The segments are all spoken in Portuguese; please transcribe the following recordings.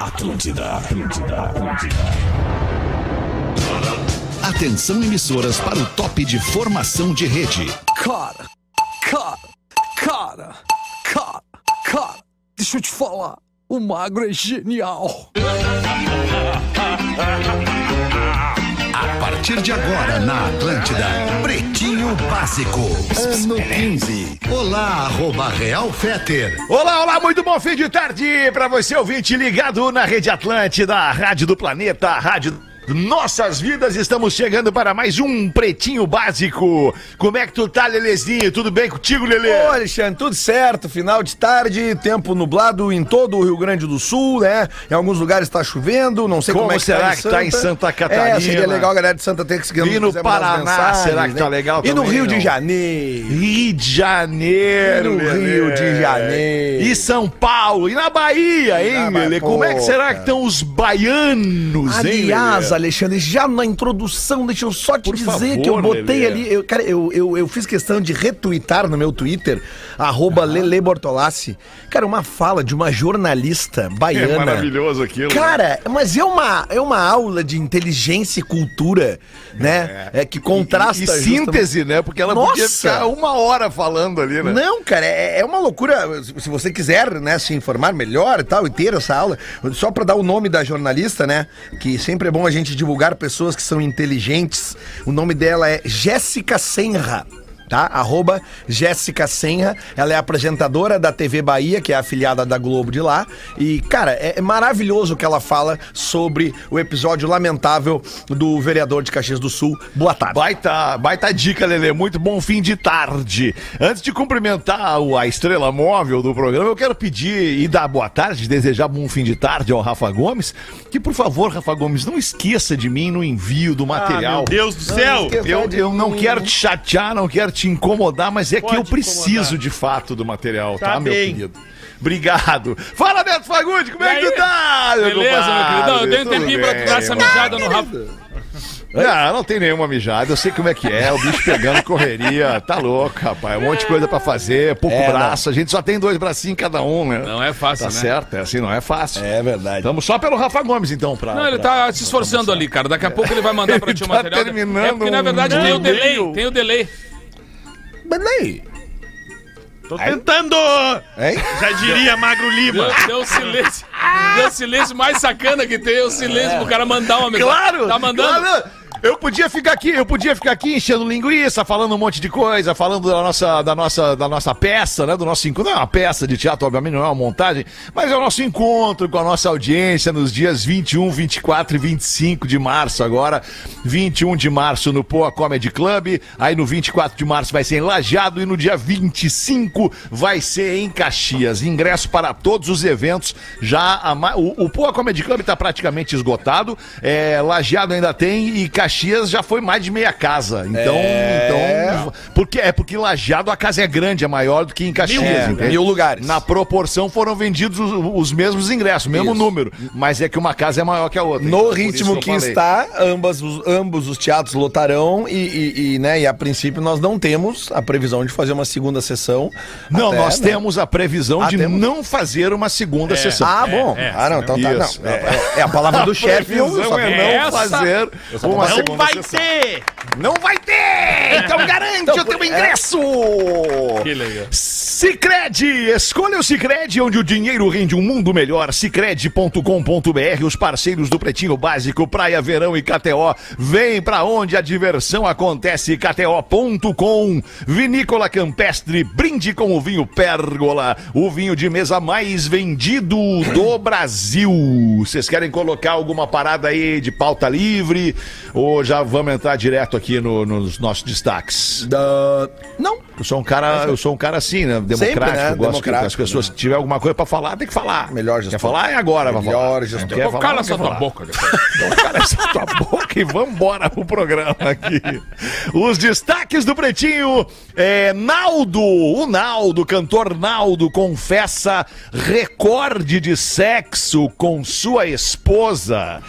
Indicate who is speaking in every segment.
Speaker 1: Atlântida, Atlântida, Atlântida. Atenção emissoras para o top de formação de rede.
Speaker 2: Cara, cara, cara, cara, cara, deixa eu te falar, o magro é genial.
Speaker 1: A partir de agora na Atlântida, Pretinho Básico. Ano 15. Olá, arroba Real Feter.
Speaker 3: Olá, olá, muito bom fim de tarde para você ouvinte ligado na Rede Atlântida, a Rádio do Planeta, a Rádio nossas vidas, estamos chegando para mais um Pretinho Básico. Como é que tu tá, Lelezinho? Tudo bem contigo, Lele?
Speaker 4: Ô, Alexandre, tudo certo. Final de tarde, tempo nublado em todo o Rio Grande do Sul, né? Em alguns lugares tá chovendo, não sei como,
Speaker 3: Como
Speaker 4: é que
Speaker 3: será
Speaker 4: tá
Speaker 3: que tá em Santa Catarina?
Speaker 4: É, seria legal a galera de Santa ter que seguir
Speaker 3: E no
Speaker 4: nos mandar
Speaker 3: Paraná,
Speaker 4: as mensagens, né?
Speaker 3: será que tá legal
Speaker 4: E no
Speaker 3: também,
Speaker 4: Rio de
Speaker 3: não?
Speaker 4: Janeiro.
Speaker 3: Rio de Janeiro,
Speaker 4: No Rio de Janeiro.
Speaker 3: E São Paulo, e na Bahia, hein,
Speaker 4: na Bahia,
Speaker 3: Lele? Como é que
Speaker 4: pô,
Speaker 3: será
Speaker 4: cara.
Speaker 3: que estão os baianos, hein,
Speaker 2: Aliás,
Speaker 3: Lelê?
Speaker 2: Alexandre, já na introdução, deixa eu só te
Speaker 3: Por
Speaker 2: dizer
Speaker 3: favor,
Speaker 2: que eu botei
Speaker 3: Lelê.
Speaker 2: ali. Eu, cara, eu, eu, eu fiz questão de retweetar no meu Twitter, arroba Lele Bortolassi. Cara, uma fala de uma jornalista baiana.
Speaker 3: É aquilo. né?
Speaker 2: Cara, mas é uma, é uma aula de inteligência e cultura, né? É, que contrasta.
Speaker 3: E, e
Speaker 2: justamente-
Speaker 3: síntese, né? Porque ela podia
Speaker 2: Nossa!
Speaker 3: ficar uma hora falando ali, né?
Speaker 2: Não, cara, é, é uma loucura. Se você quiser, né, se informar melhor e tal, e ter essa aula, só pra dar o nome da jornalista, né, que sempre é bom a gente divulgar pessoas que são inteligentes. O nome dela é Jéssica Senra. Tá? Arroba Jéssica Senra. Ela é apresentadora da TV Bahia, que é afiliada da Globo de lá. E, cara, é é maravilhoso o que ela fala sobre o episódio lamentável do vereador de Caxias do Sul. Boa tarde.
Speaker 3: Baita, baita dica, Lelê. Muito bom fim de tarde. Antes de cumprimentar o- a estrela móvel do programa, eu quero pedir e dar boa tarde, desejar bom fim de tarde ao Rafa Gomes. Que, por favor, Rafa Gomes, não esqueça de mim no envio Ah, do material.
Speaker 5: meu Deus do céu!
Speaker 2: esqueça.
Speaker 3: Eu, eu não quero te chatear, não quero te incomodar, mas é que
Speaker 5: Pode
Speaker 3: eu preciso
Speaker 5: incomodar.
Speaker 3: de fato do material, tá,
Speaker 5: Tá
Speaker 3: meu
Speaker 5: bem.
Speaker 3: querido? Obrigado. Fala, Beto Fagundi, como é
Speaker 5: E
Speaker 3: que tu
Speaker 5: aí?
Speaker 3: tá? meu
Speaker 5: Beleza, meu
Speaker 3: compadre?
Speaker 5: querido. Não, eu dei um
Speaker 3: Tudo
Speaker 5: tempinho pra tu dar
Speaker 3: bem,
Speaker 5: essa
Speaker 3: mano?
Speaker 5: mijada no rabo.
Speaker 3: Não, não tem nenhuma mijada, eu sei como é que é, o bicho pegando correria, tá louco, rapaz, um monte de coisa pra fazer, pouco braço, a gente só tem dois bracinhos cada um, né?
Speaker 5: É, Não é fácil,
Speaker 3: Tá
Speaker 5: né?
Speaker 3: certo, é assim, não é fácil.
Speaker 4: É verdade.
Speaker 3: Estamos só pelo Rafa Gomes, então, pra...
Speaker 5: Não, ele
Speaker 3: pra-
Speaker 5: tá se esforçando ali, cara. Daqui a pouco ele vai mandar pra
Speaker 3: Ele
Speaker 5: ti o
Speaker 3: É. tá
Speaker 5: material.
Speaker 3: terminando
Speaker 5: é porque, na
Speaker 3: um
Speaker 5: verdade, tem o delay. Tem o delay.
Speaker 2: Mas daí,
Speaker 5: Tô tentando!
Speaker 2: hein?
Speaker 5: Já diria Magro Lima. Deu o silêncio. Deu o silêncio mais sacana que tem. é O silêncio pro cara mandar uma mensagem.
Speaker 3: Claro!
Speaker 5: Tá mandando?
Speaker 3: claro. Eu podia ficar aqui, eu podia ficar aqui enchendo linguiça, falando um monte de coisa, falando da nossa, da nossa, da nossa peça, né? Do nosso encontro. Não é uma peça de teatro, obviamente, não é uma montagem, mas é o nosso encontro com a nossa audiência nos dias 21, 24 e 25 de março agora. 21 de março no Poa Comedy Club, aí no 24 de março vai ser em Lajeado e no dia 25 vai ser em Caxias. Ingresso para todos os eventos. Já a ma- o, o Poa Comedy Club está praticamente esgotado. É, Lajeado ainda tem e Caxias já foi mais de meia casa. Então,
Speaker 4: É.
Speaker 3: então porque é porque em Lajeado a casa é grande, é maior do que em Caxias.
Speaker 4: É,
Speaker 3: entende?
Speaker 4: mil lugares.
Speaker 3: Na proporção foram vendidos os, os mesmos ingressos, o mesmo
Speaker 4: Isso.
Speaker 3: número, mas é que uma casa é maior que a outra. Então,
Speaker 4: No
Speaker 3: por isso
Speaker 4: ritmo
Speaker 3: eu
Speaker 4: que
Speaker 3: falei.
Speaker 4: está, ambas os, ambos os teatros lotarão e, e- e, né, e a princípio nós não temos a previsão de fazer uma segunda sessão.
Speaker 3: Não,
Speaker 4: Até,
Speaker 3: nós
Speaker 4: né?
Speaker 3: temos a previsão
Speaker 4: Ah,
Speaker 3: de
Speaker 4: temos?
Speaker 3: não fazer uma segunda sessão.
Speaker 4: Ah, bom.
Speaker 5: é,
Speaker 4: ah, não, então tá.
Speaker 3: Isso.
Speaker 4: Não, é, é- é a palavra do chefe. eu
Speaker 3: previsão
Speaker 4: só-
Speaker 3: é não
Speaker 5: Essa-
Speaker 3: fazer uma segunda sessão.
Speaker 5: ter!
Speaker 3: Não vai ter! Então garante o teu ingresso!
Speaker 5: Que legal.
Speaker 3: Cicred! Escolha o Cicred, onde o dinheiro rende um mundo melhor. Cicred.com.br, os parceiros do Pretinho Básico, Praia Verão e KTO. Vem pra onde a diversão acontece, KTO.com. Vinícola Campestre, brinde com o vinho Pérgola, o vinho de mesa mais vendido do Brasil. Vocês querem colocar alguma parada aí de pauta livre? Ou já vamos entrar direto aqui no- nos nossos destaques?
Speaker 4: Da- Não,
Speaker 3: Eu sou um cara, eu sou um cara assim, né? Democrático.
Speaker 4: é- Sempre, né?
Speaker 3: eu Gosto que
Speaker 4: Democrático, né?
Speaker 3: as pessoas, se tiver alguma coisa pra falar, tem que falar.
Speaker 4: Melhor
Speaker 3: Quer
Speaker 4: gestor.
Speaker 3: falar? É agora, vai falar.
Speaker 4: Melhor gestor.
Speaker 3: Quer falar,
Speaker 5: Cala
Speaker 3: não
Speaker 5: só
Speaker 3: quer
Speaker 5: tua
Speaker 3: falar.
Speaker 5: boca, cara.
Speaker 3: Então, cala essa tua boca e vambora pro programa aqui. Os destaques do Pretinho. É, Naldo, o Naldo, cantor Naldo, confessa recorde de sexo com sua esposa.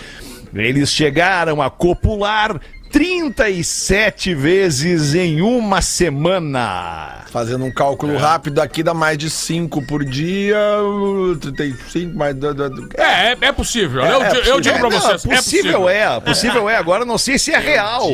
Speaker 3: Eles chegaram a copular 37 vezes em uma semana.
Speaker 4: Fazendo um
Speaker 3: É.
Speaker 4: cálculo rápido aqui, dá mais de 5 por dia. uh, 35, mais. da- da- da-
Speaker 5: É, é, é possível. eu, digo- eu digo pra
Speaker 3: não,
Speaker 5: vocês.
Speaker 3: possível, é, possível é. Agora eu não sei se é real,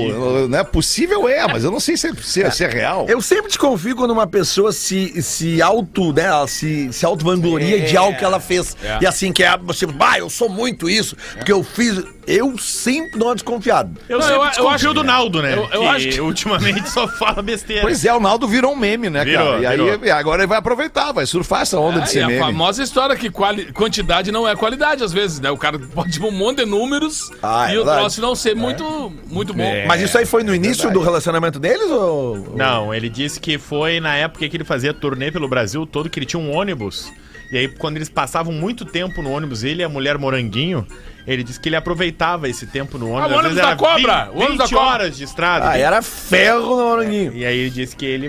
Speaker 3: né? Possível é, mas eu não sei se é, se, se é real.
Speaker 4: Eu sempre desconfio quando uma pessoa se, se auto, né, ela se, se auto-vangloria de algo que ela fez.
Speaker 5: É.
Speaker 4: E assim, que é, você, ah, eu sou muito isso, porque eu fiz. Eu sempre dou uma desconfiada.
Speaker 6: Eu
Speaker 5: Não,
Speaker 6: sempre
Speaker 5: eu- eu
Speaker 6: desconfio
Speaker 5: acho-
Speaker 6: do Naldo, né?
Speaker 5: eu- eu acho que-
Speaker 6: ultimamente só fala besteira.
Speaker 3: Pois é, o Naldo virou um meme, né,
Speaker 6: Virou,
Speaker 3: cara? E aí agora ele vai aproveitar, vai surfar essa onda de
Speaker 5: É,
Speaker 3: ser
Speaker 5: e a
Speaker 3: meme.
Speaker 5: famosa história que quali- quantidade não é qualidade, às vezes, né? O cara pode ter um monte de números
Speaker 4: Ah, é
Speaker 5: e o
Speaker 4: verdade.
Speaker 5: troço não ser muito, muito bom.
Speaker 6: É.
Speaker 4: Mas isso aí foi
Speaker 5: É
Speaker 4: no início do relacionamento deles ou.
Speaker 6: Não, ele disse que foi na época que ele fazia turnê pelo Brasil todo, que ele tinha um ônibus. E aí, quando eles passavam muito tempo no ônibus, ele e a mulher moranguinho, ele disse que ele aproveitava esse tempo no ônibus.
Speaker 5: ah, o
Speaker 6: Às
Speaker 5: ônibus
Speaker 6: vezes
Speaker 5: da
Speaker 6: era
Speaker 5: cobra, Ah, o
Speaker 6: 20,
Speaker 5: ônibus da
Speaker 6: 20
Speaker 5: cobra.
Speaker 6: horas de estrada.
Speaker 4: Ah, era ferro no Moranguinho.
Speaker 6: E aí ele disse que ele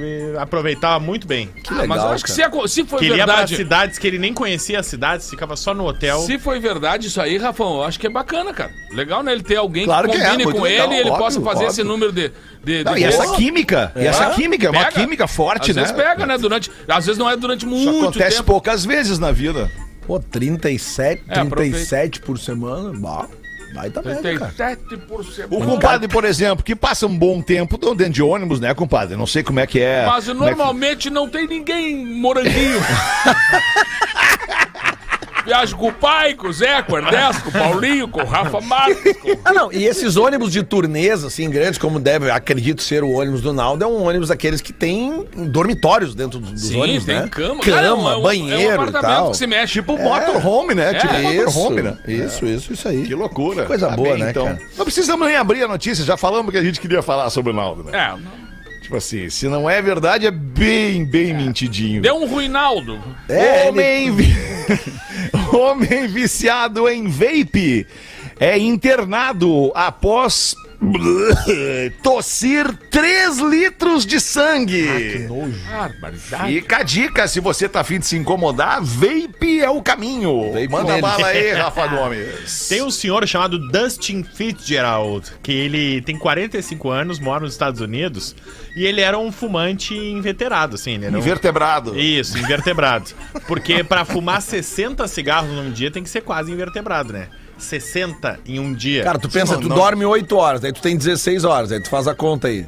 Speaker 6: aproveitava muito bem.
Speaker 4: Que
Speaker 5: Ah,
Speaker 4: legal.
Speaker 5: É. mas eu acho que se,
Speaker 4: cara.
Speaker 5: é- se foi
Speaker 6: Que ele ia pra
Speaker 5: verdade.
Speaker 6: cidades que ele nem conhecia as cidades, ficava só no hotel.
Speaker 5: Se foi verdade isso aí, Rafão, eu acho que é bacana, cara. Legal, né? Ele ter alguém
Speaker 4: Claro
Speaker 5: que
Speaker 4: que é,
Speaker 5: combine
Speaker 4: muito
Speaker 5: com
Speaker 4: legal,
Speaker 5: ele e ele
Speaker 4: óbvio,
Speaker 5: possa fazer
Speaker 4: óbvio.
Speaker 5: esse número de. de,
Speaker 3: Não,
Speaker 5: de
Speaker 3: e
Speaker 5: gols.
Speaker 3: essa química, e essa química, é uma
Speaker 5: Pega.
Speaker 3: química forte,
Speaker 5: Às
Speaker 3: né?
Speaker 5: vezes pega, né? Durante, às vezes não é durante
Speaker 3: Isso
Speaker 5: muito
Speaker 3: acontece
Speaker 5: tempo.
Speaker 3: poucas vezes na vida.
Speaker 4: Pô, 37,
Speaker 5: É, aproveita.
Speaker 4: 37 por semana. Bah, vai também,
Speaker 5: Tem
Speaker 4: É, cara.
Speaker 5: 7%.
Speaker 3: O compadre, Um por exemplo, que passa um bom tempo dentro de ônibus, né, compadre? Não sei como é que é.
Speaker 5: Mas
Speaker 3: como é que-
Speaker 5: normalmente não tem ninguém moranguinho. Viajo com o pai, com o Zé, com o Ernesto, com o Paulinho, com o Rafa Marques. com-
Speaker 4: Ah, não, e esses ônibus de turnês, assim, grandes, como deve, acredito ser o ônibus do Naldo, é um ônibus daqueles que tem dormitórios dentro dos, dos ônibus, né?
Speaker 5: cama. Cara, é um-
Speaker 4: Cama,
Speaker 5: é um- é um
Speaker 4: banheiro e
Speaker 5: apartamento
Speaker 4: tal.
Speaker 5: que se mexe.
Speaker 3: Tipo motorhome, né?
Speaker 5: É,
Speaker 3: tipo
Speaker 4: Isso,
Speaker 3: motorhome, né?
Speaker 4: isso, isso, isso aí.
Speaker 3: Que loucura.
Speaker 4: Coisa
Speaker 3: Tá
Speaker 4: boa,
Speaker 3: bem,
Speaker 4: né,
Speaker 3: então.
Speaker 4: cara?
Speaker 3: Não precisamos nem abrir a notícia, já falamos o que a gente queria falar sobre o Naldo, né?
Speaker 5: É,
Speaker 3: Tipo assim, se não é verdade, é bem, bem mentidinho.
Speaker 5: deu um Ruinaldo.
Speaker 4: É,
Speaker 3: Homem... vi- Homem viciado em vape é internado após tossir 3 litros de sangue.
Speaker 5: Barbaridade.
Speaker 3: É Fica a dica, se você tá afim de se incomodar, vape é o caminho. Manda bala aí, Rafa Gomes.
Speaker 6: Tem um senhor chamado Dustin Fitzgerald, que ele tem 45 anos, mora nos Estados Unidos, e ele era um fumante inveterado, assim, ele era um...
Speaker 3: Invertebrado.
Speaker 6: Isso, invertebrado. Porque pra fumar 60 cigarros num dia tem que ser quase invertebrado, né? 60 em um dia.
Speaker 4: Cara, tu pensa,
Speaker 3: Não,
Speaker 4: tu
Speaker 3: não.
Speaker 4: dorme 8 horas, aí tu tem 16 horas, aí tu faz a conta aí.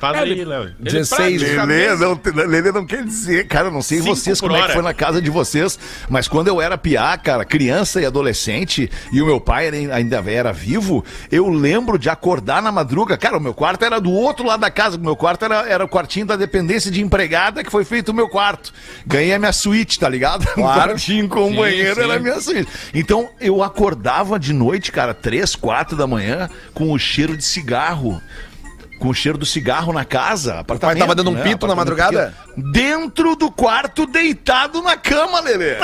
Speaker 6: Fala
Speaker 5: É,
Speaker 6: aí,
Speaker 5: ele-
Speaker 6: Léo.
Speaker 5: Ele
Speaker 4: 16
Speaker 3: Lelê não, Lelê não quer dizer, cara, eu não sei
Speaker 6: Cinco
Speaker 3: vocês
Speaker 6: por
Speaker 3: como é que
Speaker 6: hora.
Speaker 3: foi na casa de vocês, mas quando eu era piá, cara, criança e adolescente, e o meu pai era- ainda era vivo, eu lembro de acordar na madruga, cara, o meu quarto era do outro lado da casa, o meu quarto era, era o quartinho da dependência de empregada que foi feito o meu quarto. Ganhei a minha suíte, tá ligado? Um quartinho com um banheiro era a minha suíte. Então, eu acordava de noite, cara, três, quatro da manhã, com o cheiro de cigarro com o cheiro do cigarro na casa. apartamento,
Speaker 4: tava dando um pito na
Speaker 3: apartamento
Speaker 4: madrugada?
Speaker 3: pequeno. Dentro do quarto, deitado na cama, Lelê.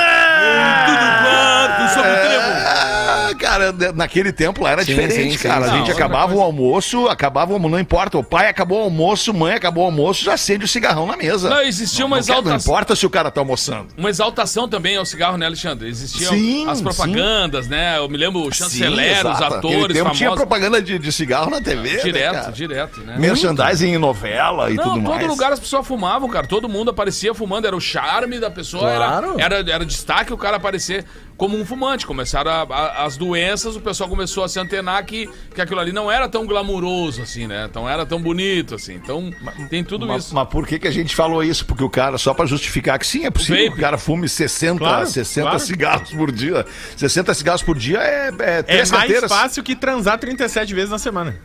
Speaker 3: Ah, É, cara, de- naquele tempo lá era diferente,
Speaker 4: sim,
Speaker 3: cara.
Speaker 4: sim,
Speaker 3: a
Speaker 4: sim.
Speaker 3: gente acabava o almoço, acabava o almoço, não importa. O pai acabou o almoço, mãe acabou o almoço, já acende o cigarrão na mesa.
Speaker 5: Não, existia uma
Speaker 3: não quer- Não
Speaker 5: exaltação.
Speaker 3: importa se o cara tá almoçando.
Speaker 5: Uma exaltação também ao cigarro, né, Alexandre? Existiam
Speaker 3: Sim,
Speaker 5: as propagandas, né? Eu me lembro o
Speaker 3: Sim,
Speaker 5: chanceler, os
Speaker 3: exato. Naquele
Speaker 5: atores
Speaker 3: tempo
Speaker 5: famosos.
Speaker 3: Tinha propaganda de, de cigarro na TV. né,
Speaker 5: direto,
Speaker 3: cara?
Speaker 5: direto, né?
Speaker 3: Merchandising em novela e
Speaker 5: Não,
Speaker 3: tudo
Speaker 5: todo
Speaker 3: mais.
Speaker 5: lugar as pessoas fumavam, cara. Todo mundo aparecia fumando. Era o charme da pessoa.
Speaker 4: Claro.
Speaker 5: Era, era, era destaque o cara aparecer como um fumante. Começaram a- a- as doenças, o pessoal começou a se antenar que, que aquilo ali não era tão glamuroso assim, né? Não era tão bonito assim. Então tem tudo
Speaker 3: Mas,
Speaker 5: isso.
Speaker 3: mas por que, que a gente falou isso? Porque o cara, só pra justificar que sim, é possível
Speaker 5: Vape.
Speaker 3: que o cara fume 60,
Speaker 6: Claro,
Speaker 3: 60
Speaker 6: claro.
Speaker 3: cigarros por dia. 60 cigarros por dia é, é
Speaker 6: É
Speaker 3: três
Speaker 6: mais
Speaker 3: carteiras.
Speaker 6: fácil que transar 37 vezes na semana.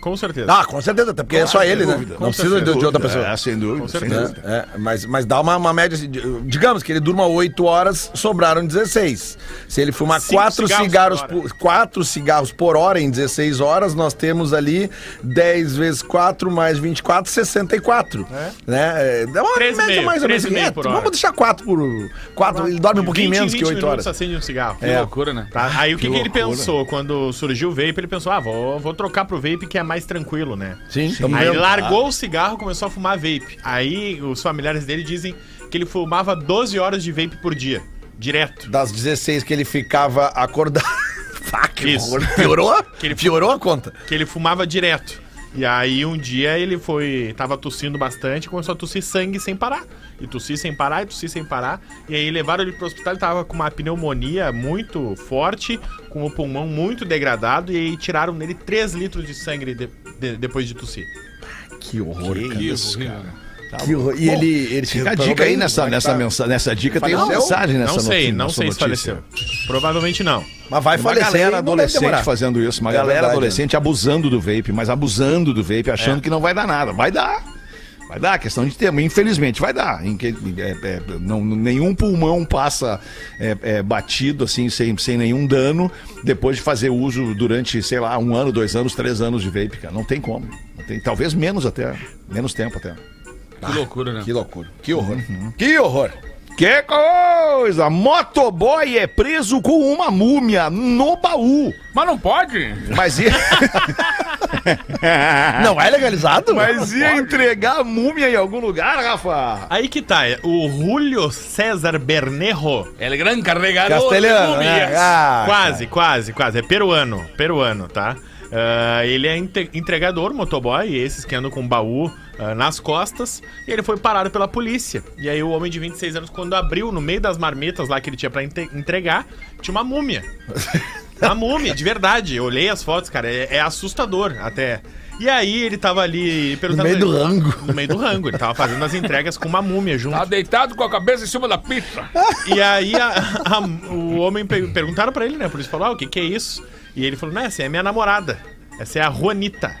Speaker 6: Com certeza.
Speaker 4: Ah, com certeza, até porque é só ele, né?
Speaker 3: dúvida.
Speaker 4: Não precisa de, de outra pessoa.
Speaker 3: É, sem dúvida, sem
Speaker 6: certeza.
Speaker 3: dúvida.
Speaker 4: É, mas, mas dá uma, uma média. assim, de- Digamos que ele durma 8 horas, sobraram 16. Se ele fumar
Speaker 6: Cinco
Speaker 4: 4
Speaker 6: cigarros
Speaker 4: cigarros,
Speaker 6: por
Speaker 4: por, quatro cigarros por hora em 16 horas, nós temos ali 10 vezes 4 mais 24, 64. Né? É, dá uma
Speaker 6: Três e
Speaker 4: média
Speaker 6: meio,
Speaker 4: mais ou
Speaker 6: três
Speaker 4: menos.
Speaker 6: e meio
Speaker 4: É,
Speaker 6: por hora.
Speaker 4: vamos deixar 4 por 4. Ele dorme um pouquinho
Speaker 6: em
Speaker 4: menos que 8
Speaker 6: minutos
Speaker 4: horas.
Speaker 6: acende um cigarro.
Speaker 5: Que loucura, né?
Speaker 6: Tá? Aí o que,
Speaker 3: Que
Speaker 6: que ele
Speaker 3: loucura.
Speaker 6: pensou? Quando surgiu o vape, ele pensou, ah, vou, vou trocar pro vape que é mais tranquilo, né?
Speaker 4: Sim, Então,
Speaker 6: Aí ele largou o cigarro e começou a fumar vape. Aí os familiares dele dizem que ele fumava 12 horas de vape por dia, direto.
Speaker 4: Das 16 que ele ficava acordado. Fuck,
Speaker 6: Isso.
Speaker 4: horror. Piorou?
Speaker 6: Que ele-
Speaker 4: Piorou a conta.
Speaker 6: Que ele fumava direto. E aí um dia ele foi. tava tossindo bastante e começou a tossir sangue sem parar. E tossir sem parar, e tossir sem parar. E aí levaram ele pro hospital, ele tava com uma pneumonia muito forte, com o pulmão muito degradado, e aí tiraram nele 3 litros de sangue de- de- depois de tossir.
Speaker 2: Que horror, cara.
Speaker 5: Isso, cara.
Speaker 6: Tá
Speaker 2: Que horror. E ele, ele se
Speaker 3: Tá Fica a
Speaker 2: recuperou
Speaker 3: dica aí
Speaker 2: bem?
Speaker 3: nessa,
Speaker 4: né?
Speaker 2: Como é que
Speaker 3: nessa,
Speaker 2: tá?
Speaker 3: mensa- nessa dica, tem uma
Speaker 2: Faleceu?
Speaker 3: mensagem nessa
Speaker 6: não sei,
Speaker 3: noti-
Speaker 6: não
Speaker 3: nessa
Speaker 6: sei se
Speaker 3: notícia.
Speaker 6: faleceu. Provavelmente não.
Speaker 2: Mas vai
Speaker 3: Uma
Speaker 2: falecer. hein?
Speaker 3: galera
Speaker 2: Não deve
Speaker 3: adolescente
Speaker 2: demorar.
Speaker 3: fazendo isso, uma
Speaker 2: É
Speaker 3: galera
Speaker 2: verdade,
Speaker 3: adolescente abusando do vape, mas abusando do vape, achando
Speaker 2: É.
Speaker 3: que não vai dar nada. Vai dar. Vai dar, questão de tempo. Infelizmente, vai dar. Em que- é, é, não- nenhum pulmão passa é, é, batido, assim, sem, sem nenhum dano, depois de fazer uso durante, sei lá, um ano, dois anos, três anos de vape, cara. Não tem como. Não tem- talvez menos até. Menos tempo até.
Speaker 5: Que loucura, né?
Speaker 2: Que loucura. Que horror.
Speaker 6: Uhum.
Speaker 2: Que horror.
Speaker 3: Que coisa! Motoboy é preso com uma múmia no baú.
Speaker 5: Mas não pode?
Speaker 3: Mas ia,
Speaker 2: Não é legalizado?
Speaker 3: mas ia entregar a múmia em algum lugar, Rafa?
Speaker 6: Aí que tá, é o Julio César Bernejo.
Speaker 5: Ele grande carregador. é
Speaker 2: Castelhano.
Speaker 5: de
Speaker 2: né?
Speaker 5: múmias.
Speaker 2: Ah,
Speaker 6: quase, quase, quase. É peruano, peruano, tá? Ah, ele é inte- entregador, motoboy, esses que andam com baú ah, nas costas, e ele foi parado pela polícia. E aí o homem de 26 anos, quando abriu no meio das marmitas lá que ele tinha pra inte- entregar, tinha uma múmia. A múmia, de verdade. Eu olhei as fotos, cara, é, é assustador até. E aí ele tava ali perguntando.
Speaker 2: meio do rango.
Speaker 6: No meio do rango, ele tava fazendo as entregas com uma múmia junto.
Speaker 5: Tá deitado com a cabeça em cima da pizza.
Speaker 6: E aí a- a- o homem pe- perguntaram pra ele, né? Por isso falou, ah, o que que é isso? E ele falou, não, essa é a minha namorada. Essa é a Juanita.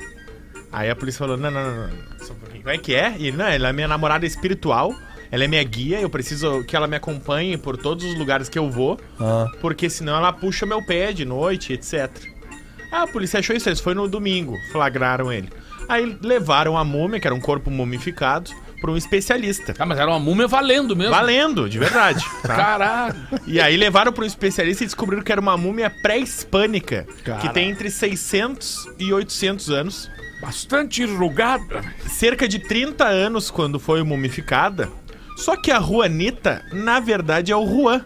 Speaker 6: Aí a polícia falou, não, não, não, não. Só um pouquinho. Como é que é? E ele, não, ela é minha namorada espiritual. Ela é minha guia, eu preciso que ela me acompanhe por todos os lugares que eu vou, porque senão ela puxa meu pé de noite, etc. Ah, a polícia achou isso, eles foi no domingo, flagraram ele. Aí levaram a múmia, que era um corpo mumificado, pra um especialista.
Speaker 5: Ah, mas era uma múmia valendo mesmo.
Speaker 6: Valendo, de verdade. tá?
Speaker 5: Caralho.
Speaker 6: E aí levaram para um especialista e descobriram que era uma múmia pré-hispânica, que tem entre 600 e 800 anos.
Speaker 5: Bastante enrugada.
Speaker 6: Cerca de 30 anos quando foi mumificada. Só que a Juanita, na verdade, é o Juan.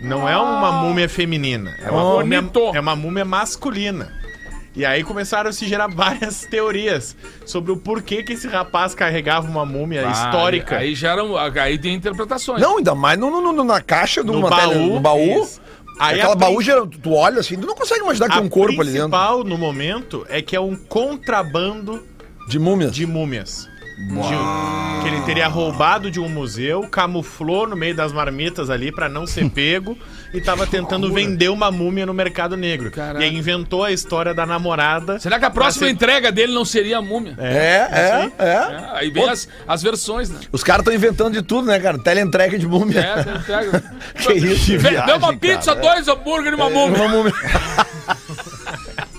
Speaker 6: Não é uma
Speaker 2: Ah.
Speaker 6: múmia feminina. É uma,
Speaker 5: Oh,
Speaker 6: múmia,
Speaker 5: bonito.
Speaker 6: é uma múmia masculina. E aí começaram a se gerar várias teorias sobre o porquê que esse rapaz carregava uma múmia É
Speaker 2: Ah,
Speaker 6: histórica.
Speaker 5: Aí, aí já eram, aí tem interpretações.
Speaker 2: Não, ainda mais no, no- no- na caixa do
Speaker 6: No
Speaker 2: uma tele-
Speaker 6: baú,
Speaker 2: no baú.
Speaker 6: isso. Aí
Speaker 2: aquela
Speaker 6: a
Speaker 2: baú
Speaker 6: prin-
Speaker 2: geral, tu- tu olha assim, tu não consegue imaginar que tem um corpo ali dentro.
Speaker 6: principal no momento é que é um contrabando
Speaker 2: De múmia.
Speaker 6: de múmias. De- um- que ele teria roubado de um museu, camuflou no meio das marmitas ali pra não ser pego e tava tentando vender uma múmia no mercado negro.
Speaker 5: Caraca.
Speaker 6: E aí inventou a história da namorada.
Speaker 5: Será que a próxima entrega dele não seria a múmia?
Speaker 2: É, é, é.
Speaker 5: É, aí vem as, as versões, né?
Speaker 2: Os caras estão inventando de tudo, né, cara? Teleentrega de múmia.
Speaker 5: É, você entrega.
Speaker 2: Que isso,
Speaker 5: Vê- Deu uma pizza, dois hambúrguer e uma múmia.
Speaker 2: Uma múmia.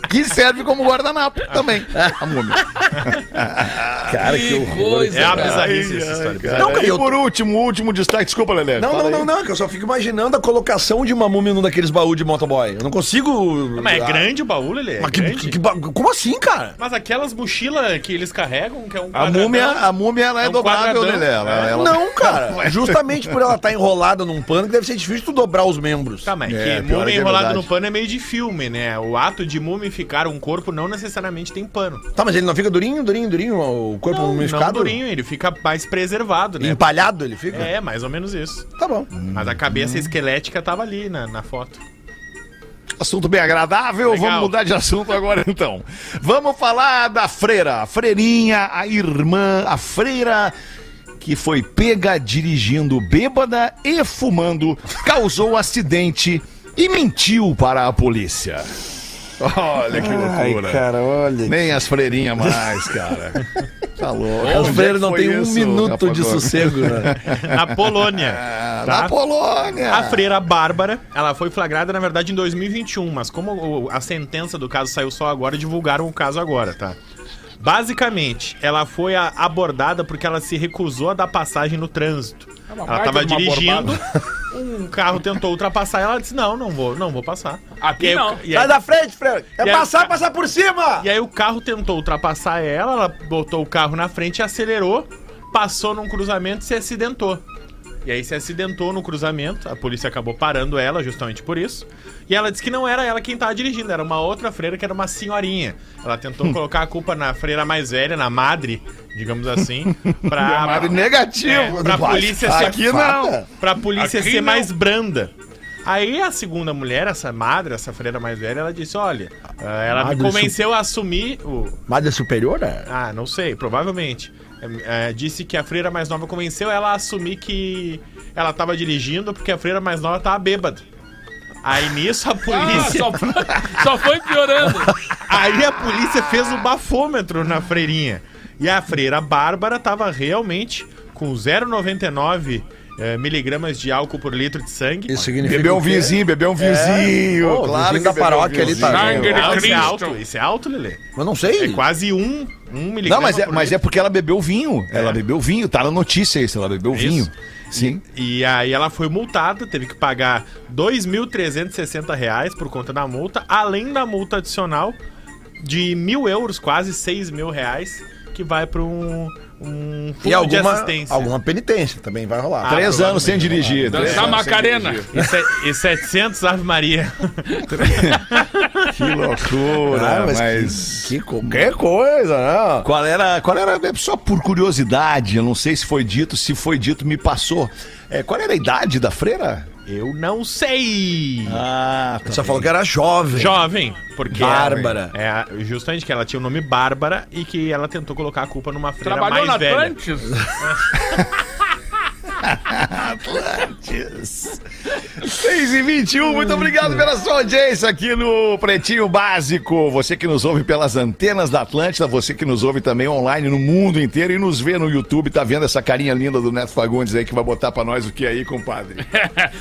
Speaker 3: Que serve como guardanapo também. A múmia.
Speaker 2: Cara, que horror.
Speaker 5: coisa,
Speaker 6: É uma
Speaker 5: cara.
Speaker 6: bizarrice essa história.
Speaker 3: Não, cara, e por último, o último destaque, desculpa, Lelé.
Speaker 2: Não,
Speaker 3: fala
Speaker 2: não, não,
Speaker 3: aí.
Speaker 2: não, que eu só fico imaginando a colocação de uma múmia num daqueles baús de motoboy. Eu não consigo.
Speaker 6: Mas é
Speaker 2: Ah,
Speaker 6: grande o baú, Lelê? É
Speaker 2: Mas que,
Speaker 6: grande.
Speaker 2: que ba- como assim, cara?
Speaker 6: Mas aquelas mochilas que eles carregam, que é um
Speaker 3: A
Speaker 6: quadradão,
Speaker 3: múmia, a múmia ela é,
Speaker 6: É um
Speaker 3: dobrável,
Speaker 6: quadradão.
Speaker 3: Lelé. Ela, ela-
Speaker 2: Não,
Speaker 6: é.
Speaker 2: cara. Justamente por ela estar enrolada num pano que deve ser difícil tu dobrar os membros.
Speaker 6: Tá, mas
Speaker 3: É,
Speaker 6: que
Speaker 3: pior é que
Speaker 6: múmia
Speaker 3: é
Speaker 6: enrolada no
Speaker 3: verdade.
Speaker 6: pano é meio de filme, né? O ato de mumificar um corpo não necessariamente tem pano.
Speaker 4: Tipo,
Speaker 2: Tá, mas ele não fica durinho, durinho, durinho, o
Speaker 4: um
Speaker 2: corpo
Speaker 6: Não, não
Speaker 2: mumificado?
Speaker 6: durinho, ele fica mais preservado, né?
Speaker 2: Empalhado ele fica?
Speaker 6: É, mais ou menos isso.
Speaker 2: Tá bom.
Speaker 6: Mas a cabeça esquelética tava ali na, na foto.
Speaker 3: Assunto bem agradável,
Speaker 6: Legal.
Speaker 3: vamos mudar de assunto agora então. Vamos falar da freira, a freirinha, a irmã, a freira que foi pega dirigindo bêbada e fumando, causou acidente e mentiu para a polícia. Olha que loucura.
Speaker 2: olha.
Speaker 3: Nem as freirinhas mais, cara. Tá louco.
Speaker 2: As
Speaker 3: Onde é
Speaker 2: freiras
Speaker 3: que
Speaker 2: não
Speaker 3: foi
Speaker 2: tem um
Speaker 3: isso,
Speaker 2: minuto de
Speaker 3: Rapador?
Speaker 2: sossego, né?
Speaker 6: Na Polônia.
Speaker 3: Ah,
Speaker 6: tá?
Speaker 3: Na Polônia.
Speaker 6: A freira Bárbara, ela foi flagrada, na verdade, em 2021, mas como o- a sentença do caso saiu só agora, divulgaram o caso agora, tá? Basicamente, ela foi a- abordada porque ela se recusou a dar passagem no trânsito.
Speaker 5: É uma
Speaker 6: ela
Speaker 5: baita
Speaker 6: tava
Speaker 5: de uma
Speaker 6: dirigindo, um carro tentou ultrapassar ela, ela disse, não, não vou, não vou passar. e
Speaker 5: Aqui
Speaker 6: aí, o
Speaker 5: não.
Speaker 6: ca- E
Speaker 2: Sai
Speaker 6: aí,
Speaker 2: da frente, freira. É
Speaker 6: E aí-
Speaker 2: passar, passar por cima.
Speaker 6: e aí o carro tentou ultrapassar ela, ela botou o carro na frente, acelerou, passou num cruzamento e se acidentou. E aí se acidentou no cruzamento, a polícia acabou parando ela justamente por isso. E ela disse que não era ela quem tava dirigindo, era uma outra freira que era uma senhorinha. Ela tentou colocar a culpa na freira mais velha, na madre, digamos assim, pra,
Speaker 3: Armário Ah, negativo.
Speaker 6: é, pra polícia ser
Speaker 3: Aqui não.
Speaker 6: pra polícia
Speaker 5: Aqui
Speaker 6: ser
Speaker 5: não.
Speaker 6: mais branda. Aí a segunda mulher, essa madre, essa freira mais velha, ela disse: olha, ah, ela me
Speaker 4: Madre
Speaker 6: convenceu a assumir o.
Speaker 4: Madre superior, é?
Speaker 6: Ah, não sei, provavelmente. É, é, disse que a freira mais nova convenceu ela a assumir que ela tava dirigindo porque a freira mais nova tava bêbada. Aí nisso a
Speaker 5: Ah,
Speaker 6: polícia.
Speaker 5: só, foi, só foi piorando.
Speaker 6: Aí a polícia fez o bafômetro na freirinha. E a freira Bárbara tava realmente com 0,99 eh, miligramas de álcool por litro de sangue.
Speaker 4: Isso significa.
Speaker 3: Bebeu um
Speaker 4: o quê?
Speaker 3: vinzinho, bebeu um vinzinho.
Speaker 4: Pô, claro
Speaker 3: um
Speaker 4: que a paróquia ali tá.
Speaker 5: Sangue.
Speaker 4: Eu
Speaker 6: Não, isso é
Speaker 5: Cristo.
Speaker 6: alto, isso é alto, Lelê.
Speaker 4: não sei.
Speaker 6: É quase um, um miligrama
Speaker 3: Não, mas é,
Speaker 6: por
Speaker 3: mas é
Speaker 6: litro.
Speaker 3: porque ela bebeu vinho. Ela
Speaker 6: É.
Speaker 3: bebeu vinho, tá na notícia isso, ela bebeu
Speaker 6: Isso.
Speaker 3: vinho. Sim.
Speaker 6: E aí ela foi multada, teve que pagar R$ 2.360 reais por conta da multa, além da multa adicional de mil euros, quase 6 mil reais, que vai para um, um fundo
Speaker 4: E
Speaker 6: de
Speaker 4: alguma,
Speaker 6: assistência.
Speaker 4: alguma penitência também vai rolar.
Speaker 6: Ah,
Speaker 3: Três anos sem dirigir. três
Speaker 5: Dançar
Speaker 3: anos sem
Speaker 5: Tá Macarena.
Speaker 3: dirigir.
Speaker 6: E, se, e 700 Ave Maria.
Speaker 3: Que loucura,
Speaker 4: Ah,
Speaker 3: mas...
Speaker 4: que, que co-
Speaker 3: Qualquer coisa, né? Qual era, qual era, é só por curiosidade, eu não sei se foi dito, se foi dito, me passou. É, qual era a idade da freira?
Speaker 6: Eu não sei.
Speaker 3: Ah, tá.
Speaker 4: Só falou que era jovem.
Speaker 6: Jovem, porque
Speaker 4: Bárbara.
Speaker 6: É, a- justamente que ela tinha o nome Bárbara e que ela tentou colocar a culpa numa freira
Speaker 5: Trabalhou na
Speaker 6: mais velha.
Speaker 5: Atlantis.
Speaker 3: Atlantis. 6 e 21, muito obrigado pela sua audiência aqui no Pretinho Básico. Você que nos ouve pelas antenas da Atlântida, você que nos ouve também online no mundo inteiro e nos vê no YouTube, tá vendo essa carinha linda do Neto Fagundes aí que vai botar pra nós o que é aí, compadre?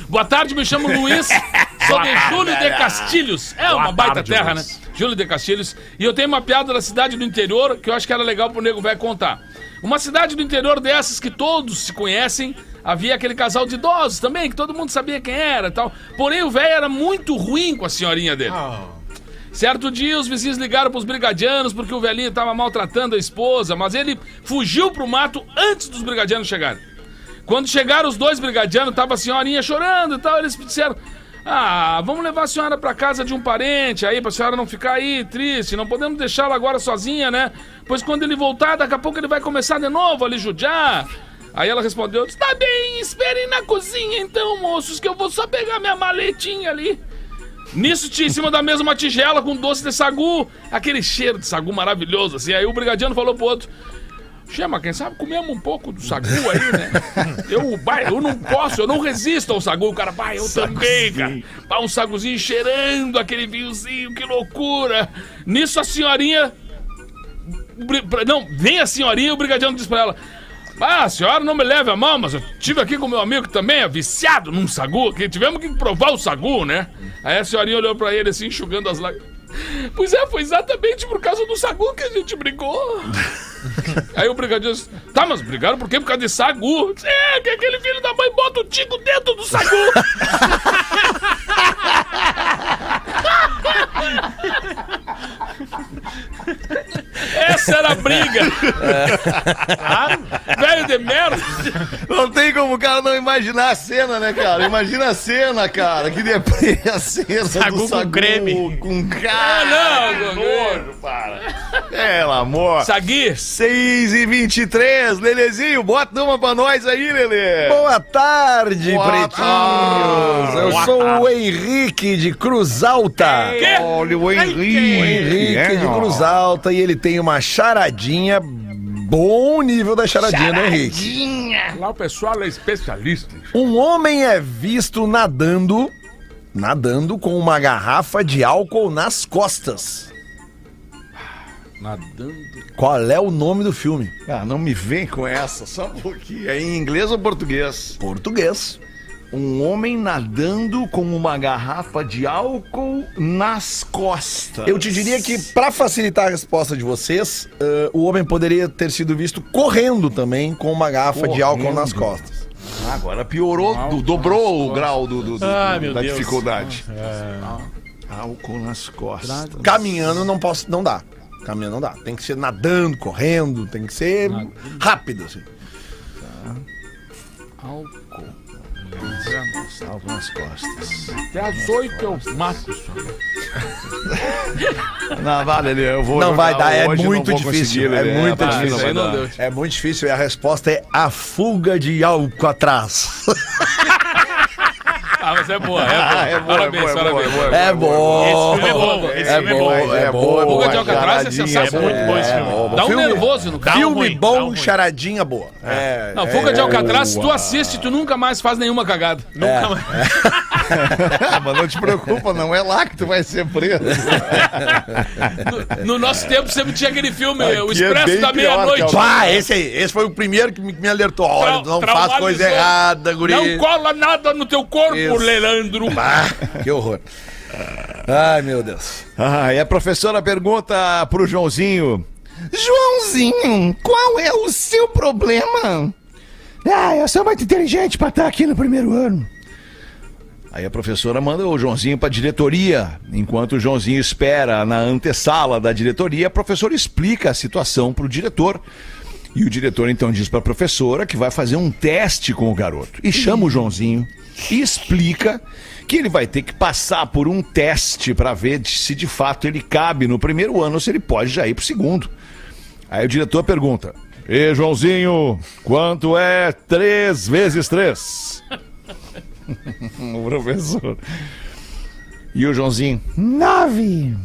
Speaker 5: Boa tarde, me chamo Luiz. Sou de Júlio de Castilhos. É uma
Speaker 6: Boa
Speaker 5: baita
Speaker 6: tarde,
Speaker 5: terra,
Speaker 6: Luiz.
Speaker 5: né? Júlio de Castilhos. E eu tenho uma piada da cidade do interior que eu acho que era legal pro nego velho contar. Uma cidade do interior dessas que todos se conhecem. Havia aquele casal de idosos também, que todo mundo sabia quem era e tal. Porém, o velho era muito ruim com a senhorinha dele.
Speaker 6: Ah.
Speaker 5: Certo dia, os vizinhos ligaram pros brigadianos porque o velhinho tava maltratando a esposa, mas ele fugiu pro mato antes dos brigadianos chegarem. Quando chegaram os dois brigadianos, tava a senhorinha chorando e tal, eles disseram: Ah, vamos levar a senhora pra casa de um parente aí, pra senhora não ficar aí triste, não podemos deixá-la agora sozinha, né? Pois quando ele voltar, daqui a pouco ele vai começar de novo a lhe judiar. Aí ela respondeu: Tá bem, esperem na cozinha então, moços, que eu vou só pegar minha maletinha ali. Nisso tinha em cima da mesa uma tigela com doce de sagu, aquele cheiro de sagu maravilhoso, assim. Aí o brigadiano falou pro outro: Chama, quem sabe comemos um pouco do sagu aí, né? Eu, bah, eu não posso, eu não resisto ao sagu. O cara, bah, eu também, cara. Bah, um saguzinho cheirando, aquele vinhozinho, que loucura. Nisso a senhorinha. bri- pra- Não, vem a senhorinha e o brigadiano diz pra ela. Ah, senhora, não me leve a mão, mas eu tive aqui com meu amigo que também é viciado num sagu, que tivemos que provar o sagu, né? Aí a senhorinha olhou pra ele assim, enxugando as lágrimas. Pois é, foi exatamente por causa do sagu que a gente brigou. Aí o brigadeiro disse: Tá, mas brigaram por quê? Por causa de sagu. É, que aquele filho da mãe bota o tico dentro do sagu. Essa era a briga. Velho de merda.
Speaker 3: Não tem como o cara não imaginar a cena, né, cara? Imagina a cena, cara. Que deprê a cena
Speaker 6: Sagu com creme.
Speaker 3: Com cara.
Speaker 5: Ah, não, Gogô.
Speaker 3: nojo, para. Pelo amor.
Speaker 5: Sagui.
Speaker 3: 6 e 23, Lelezinho, bota uma pra nós aí, Lele.
Speaker 4: Boa tarde,
Speaker 3: Boa
Speaker 4: pretinhos.
Speaker 3: tarde.
Speaker 4: Eu
Speaker 3: Boa
Speaker 4: sou o
Speaker 3: tarde.
Speaker 4: Henrique de Cruz Alta.
Speaker 5: Quê?
Speaker 3: Olha o
Speaker 4: O
Speaker 3: Henrique. é,
Speaker 4: Henrique de Cruz Alta e ele tem uma charadinha. Bom nível da charadinha, né, Henrique?
Speaker 5: Lá o pessoal é especialista.
Speaker 4: Um homem é visto nadando, nadando com uma garrafa de álcool nas costas.
Speaker 5: Nadando.
Speaker 4: Qual é o nome do filme?
Speaker 3: Ah, não me vem com essa, só um pouquinho. É em inglês ou português?
Speaker 4: Português.
Speaker 3: Um homem nadando com uma garrafa de álcool nas costas.
Speaker 4: Eu te diria que, pra facilitar a resposta de vocês, eh, o homem poderia ter sido visto correndo também com uma garrafa de álcool nas costas.
Speaker 3: Agora piorou, do- dobrou o grau do, do- do-
Speaker 6: Ah,
Speaker 3: do-
Speaker 6: meu
Speaker 3: da
Speaker 6: Deus.
Speaker 3: dificuldade. Álcool nas costas.
Speaker 4: Caminhando não posso, não dá. Caminhando não dá. Tem que ser nadando, correndo, tem que ser rápido assim.
Speaker 5: Álcool. Gramas.
Speaker 3: Salvo nas costas.
Speaker 5: Até as oito eu mato.
Speaker 3: Não, vale, Lelê, eu vou.
Speaker 4: Não
Speaker 3: jogar
Speaker 4: vai dar, é
Speaker 3: hoje, não
Speaker 4: muito
Speaker 3: vou
Speaker 4: difícil,
Speaker 3: conseguir,
Speaker 4: é
Speaker 3: Lelê, Ah, tá,
Speaker 4: muito
Speaker 3: vai,
Speaker 5: difícil.
Speaker 3: vai
Speaker 5: Tá, Aí não
Speaker 3: dar.
Speaker 5: deu.
Speaker 4: É muito difícil e a resposta é a fuga de Alcatraz.
Speaker 5: Ah, mas é boa, é boa.
Speaker 3: Ah, é boa, é
Speaker 5: Parabéns,
Speaker 3: boa, é boa, é
Speaker 5: parabéns.
Speaker 3: boa, é boa.
Speaker 4: É bom.
Speaker 5: Esse filme é bom, esse
Speaker 4: É
Speaker 5: filme é bom.
Speaker 4: bom, é bom.
Speaker 5: Fuga de
Speaker 4: é
Speaker 5: Alcatraz é
Speaker 4: charadinha,
Speaker 5: sensacional.
Speaker 6: Muito bom esse
Speaker 4: é
Speaker 6: filme.
Speaker 4: bom.
Speaker 5: Dá um
Speaker 4: Filme-
Speaker 5: nervoso no cara.
Speaker 6: Dá um
Speaker 4: Filme
Speaker 6: ruim, dá um
Speaker 4: bom,
Speaker 6: ruim.
Speaker 4: charadinha boa. É.
Speaker 5: Não, fuga de Alcatraz, tu assiste, tu nunca mais faz nenhuma cagada.
Speaker 4: É,
Speaker 6: Nunca mais.
Speaker 3: Ah, mas não te preocupa, não é lá que tu vai ser preso.
Speaker 5: No, no nosso tempo sempre tinha aquele filme, O
Speaker 3: Aqui é
Speaker 5: Expresso
Speaker 3: bem
Speaker 5: da
Speaker 3: pior
Speaker 5: Meia-Noite.
Speaker 3: que
Speaker 4: Pá, esse aí, esse foi o primeiro que me, que me alertou. Olha,
Speaker 5: Trau-
Speaker 4: não faz coisa
Speaker 5: traumatizou.
Speaker 4: errada, guri.
Speaker 5: Não cola nada no teu corpo,
Speaker 4: Isso.
Speaker 5: Leandro.
Speaker 4: Pá, que horror. Ai, meu Deus.
Speaker 3: Ah, e a professora pergunta pro Joãozinho: Joãozinho, qual é o seu problema? Ah, eu sou muito inteligente pra estar aqui no primeiro ano. Aí a professora manda o Joãozinho pra diretoria. Enquanto o Joãozinho espera na antessala da diretoria, a professora explica a situação pro diretor. E o diretor então diz pra professora que vai fazer um teste com o garoto. E chama o Joãozinho e explica que ele vai ter que passar por um teste pra ver de- se de fato ele cabe no primeiro ano ou se ele pode já ir pro segundo. Aí o diretor pergunta: E Joãozinho, quanto é 3 vezes 3? o professor. E o Joãozinho: 9.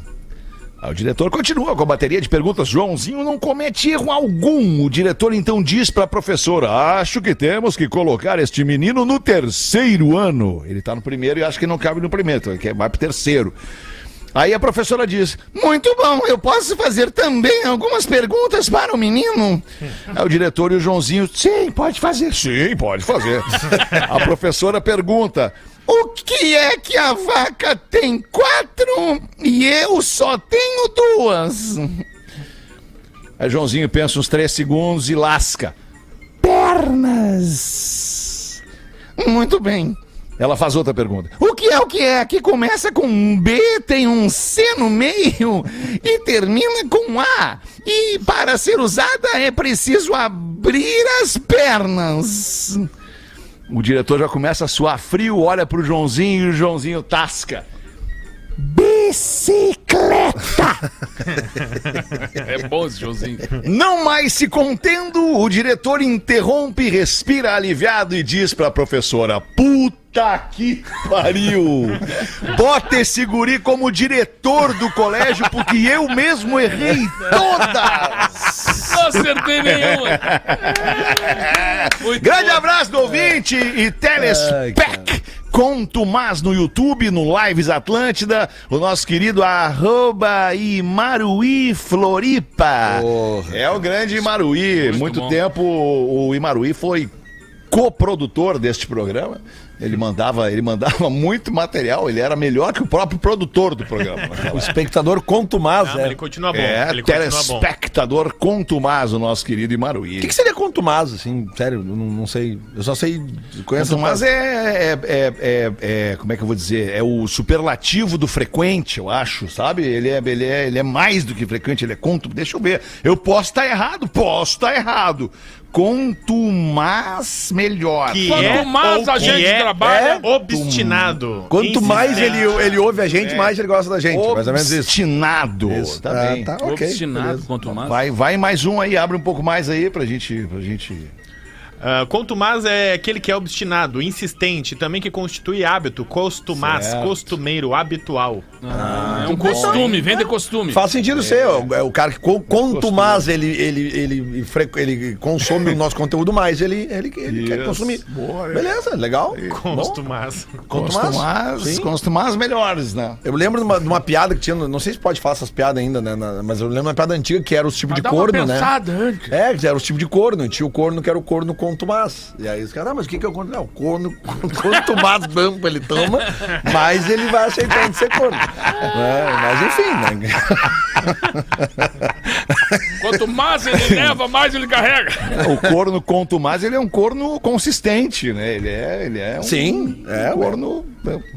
Speaker 3: Aí o diretor continua com a bateria de perguntas. Joãozinho não comete erro algum. O diretor então diz para a professora: Acho que temos que colocar este menino no terceiro ano. Ele está no primeiro e acho que não cabe no primeiro, então ele quer- vai para o terceiro. Aí a professora diz: Muito bom, eu posso fazer também algumas perguntas para o menino? Aí o diretor e o Joãozinho: Sim, pode fazer. Sim, pode fazer. a professora pergunta: O que é que a vaca tem quatro e eu só tenho duas? Aí Joãozinho pensa uns três segundos e lasca: Pernas. Muito bem. Ela faz outra pergunta. O que é o que é? Que começa com um B, tem um C no meio e termina com um A. E para ser usada é preciso abrir as pernas. O diretor já começa a suar frio, olha pro Joãozinho e o Joãozinho tasca. Bicicleta!
Speaker 5: É bom esse Joãozinho.
Speaker 3: Não mais se contendo, o diretor interrompe, respira aliviado e diz pra professora: Puta que pariu! Bota esse guri como diretor do colégio, porque eu mesmo errei todas!
Speaker 5: Não acertei nenhuma. Muito
Speaker 3: Grande
Speaker 5: bom.
Speaker 3: abraço do ouvinte e Telespec com Tomás no YouTube, no Lives Atlântida, o nosso querido arroba Imaruí Floripa. é o grande Imaruí. Muito,
Speaker 5: bom.
Speaker 3: tempo o o Imaruí foi coprodutor deste programa. Ele mandava, ele mandava muito material, ele era melhor que o próprio produtor do programa.
Speaker 4: O espectador contumaz,
Speaker 6: Ah, mas
Speaker 4: né?
Speaker 6: ele continua bom.
Speaker 3: É,
Speaker 6: ele continua bom.
Speaker 3: telespectador contumaz, o nosso querido Imaruí.
Speaker 4: O que, que seria contumaz, assim? Sério, eu não, não sei. Eu só sei. Conheço
Speaker 3: Mas é, é- é- é- é- Como é que eu vou dizer? É o superlativo do frequente, eu acho, sabe? Ele é, ele é, ele é mais do que frequente, ele é conto. Deixa eu ver. Eu posso estar errado, posso estar errado. Quanto mais melhor.
Speaker 6: Que
Speaker 5: Quanto
Speaker 6: é,
Speaker 5: mais
Speaker 6: ou
Speaker 5: a
Speaker 6: que
Speaker 5: gente
Speaker 6: é
Speaker 5: trabalha,
Speaker 6: obstinado.
Speaker 4: Quanto mais ele,
Speaker 6: insistente.
Speaker 4: ele ouve a gente, mais ele gosta da gente. Mais ou menos isso.
Speaker 3: Obstinado. Tá
Speaker 4: Ah,
Speaker 3: bem.
Speaker 4: tá, ok.
Speaker 5: Obstinado
Speaker 4: beleza.
Speaker 5: quanto mais. né?
Speaker 3: Vai, vai mais um aí, abre um pouco mais aí pra gente. Pra gente...
Speaker 6: Ah, contumaz é aquele que é obstinado, insistente, também que constitui hábito, costumaz, costumeiro, habitual.
Speaker 5: É um costume, vende costume.
Speaker 4: Faz sentido ser. ó, é O cara que co- contumaz, ele, ele, ele, fre- ele consome o nosso conteúdo mais, ele, ele, ele quer
Speaker 3: Isso.
Speaker 4: consumir.
Speaker 3: Boa,
Speaker 4: Beleza, legal. Bom,
Speaker 6: Costumaz.
Speaker 4: contumaz.
Speaker 3: mais,
Speaker 4: Sim.
Speaker 3: quanto mais melhores, né?
Speaker 4: Eu lembro de uma, de uma piada que tinha, no- não sei se pode falar essas piadas ainda, né? na- Mas eu lembro de uma piada antiga que era os tipo
Speaker 5: Mas
Speaker 4: de
Speaker 5: dá uma
Speaker 4: corno, né?
Speaker 5: pensada antes.
Speaker 4: É, que era os tipos de corno. E Tinha o corno que era o corno contumaz. E aí os caras, ah, mas o que, que é o corno? Não, o corno contumaz bambo ele toma, mas ele vai aceitando ser corno. É, mas enfim, né?
Speaker 5: Quanto mais ele leva, mais ele carrega.
Speaker 3: O corno conto mais, ele é um corno consistente, né? Ele é, ele é um,
Speaker 4: Sim, é,
Speaker 3: um corno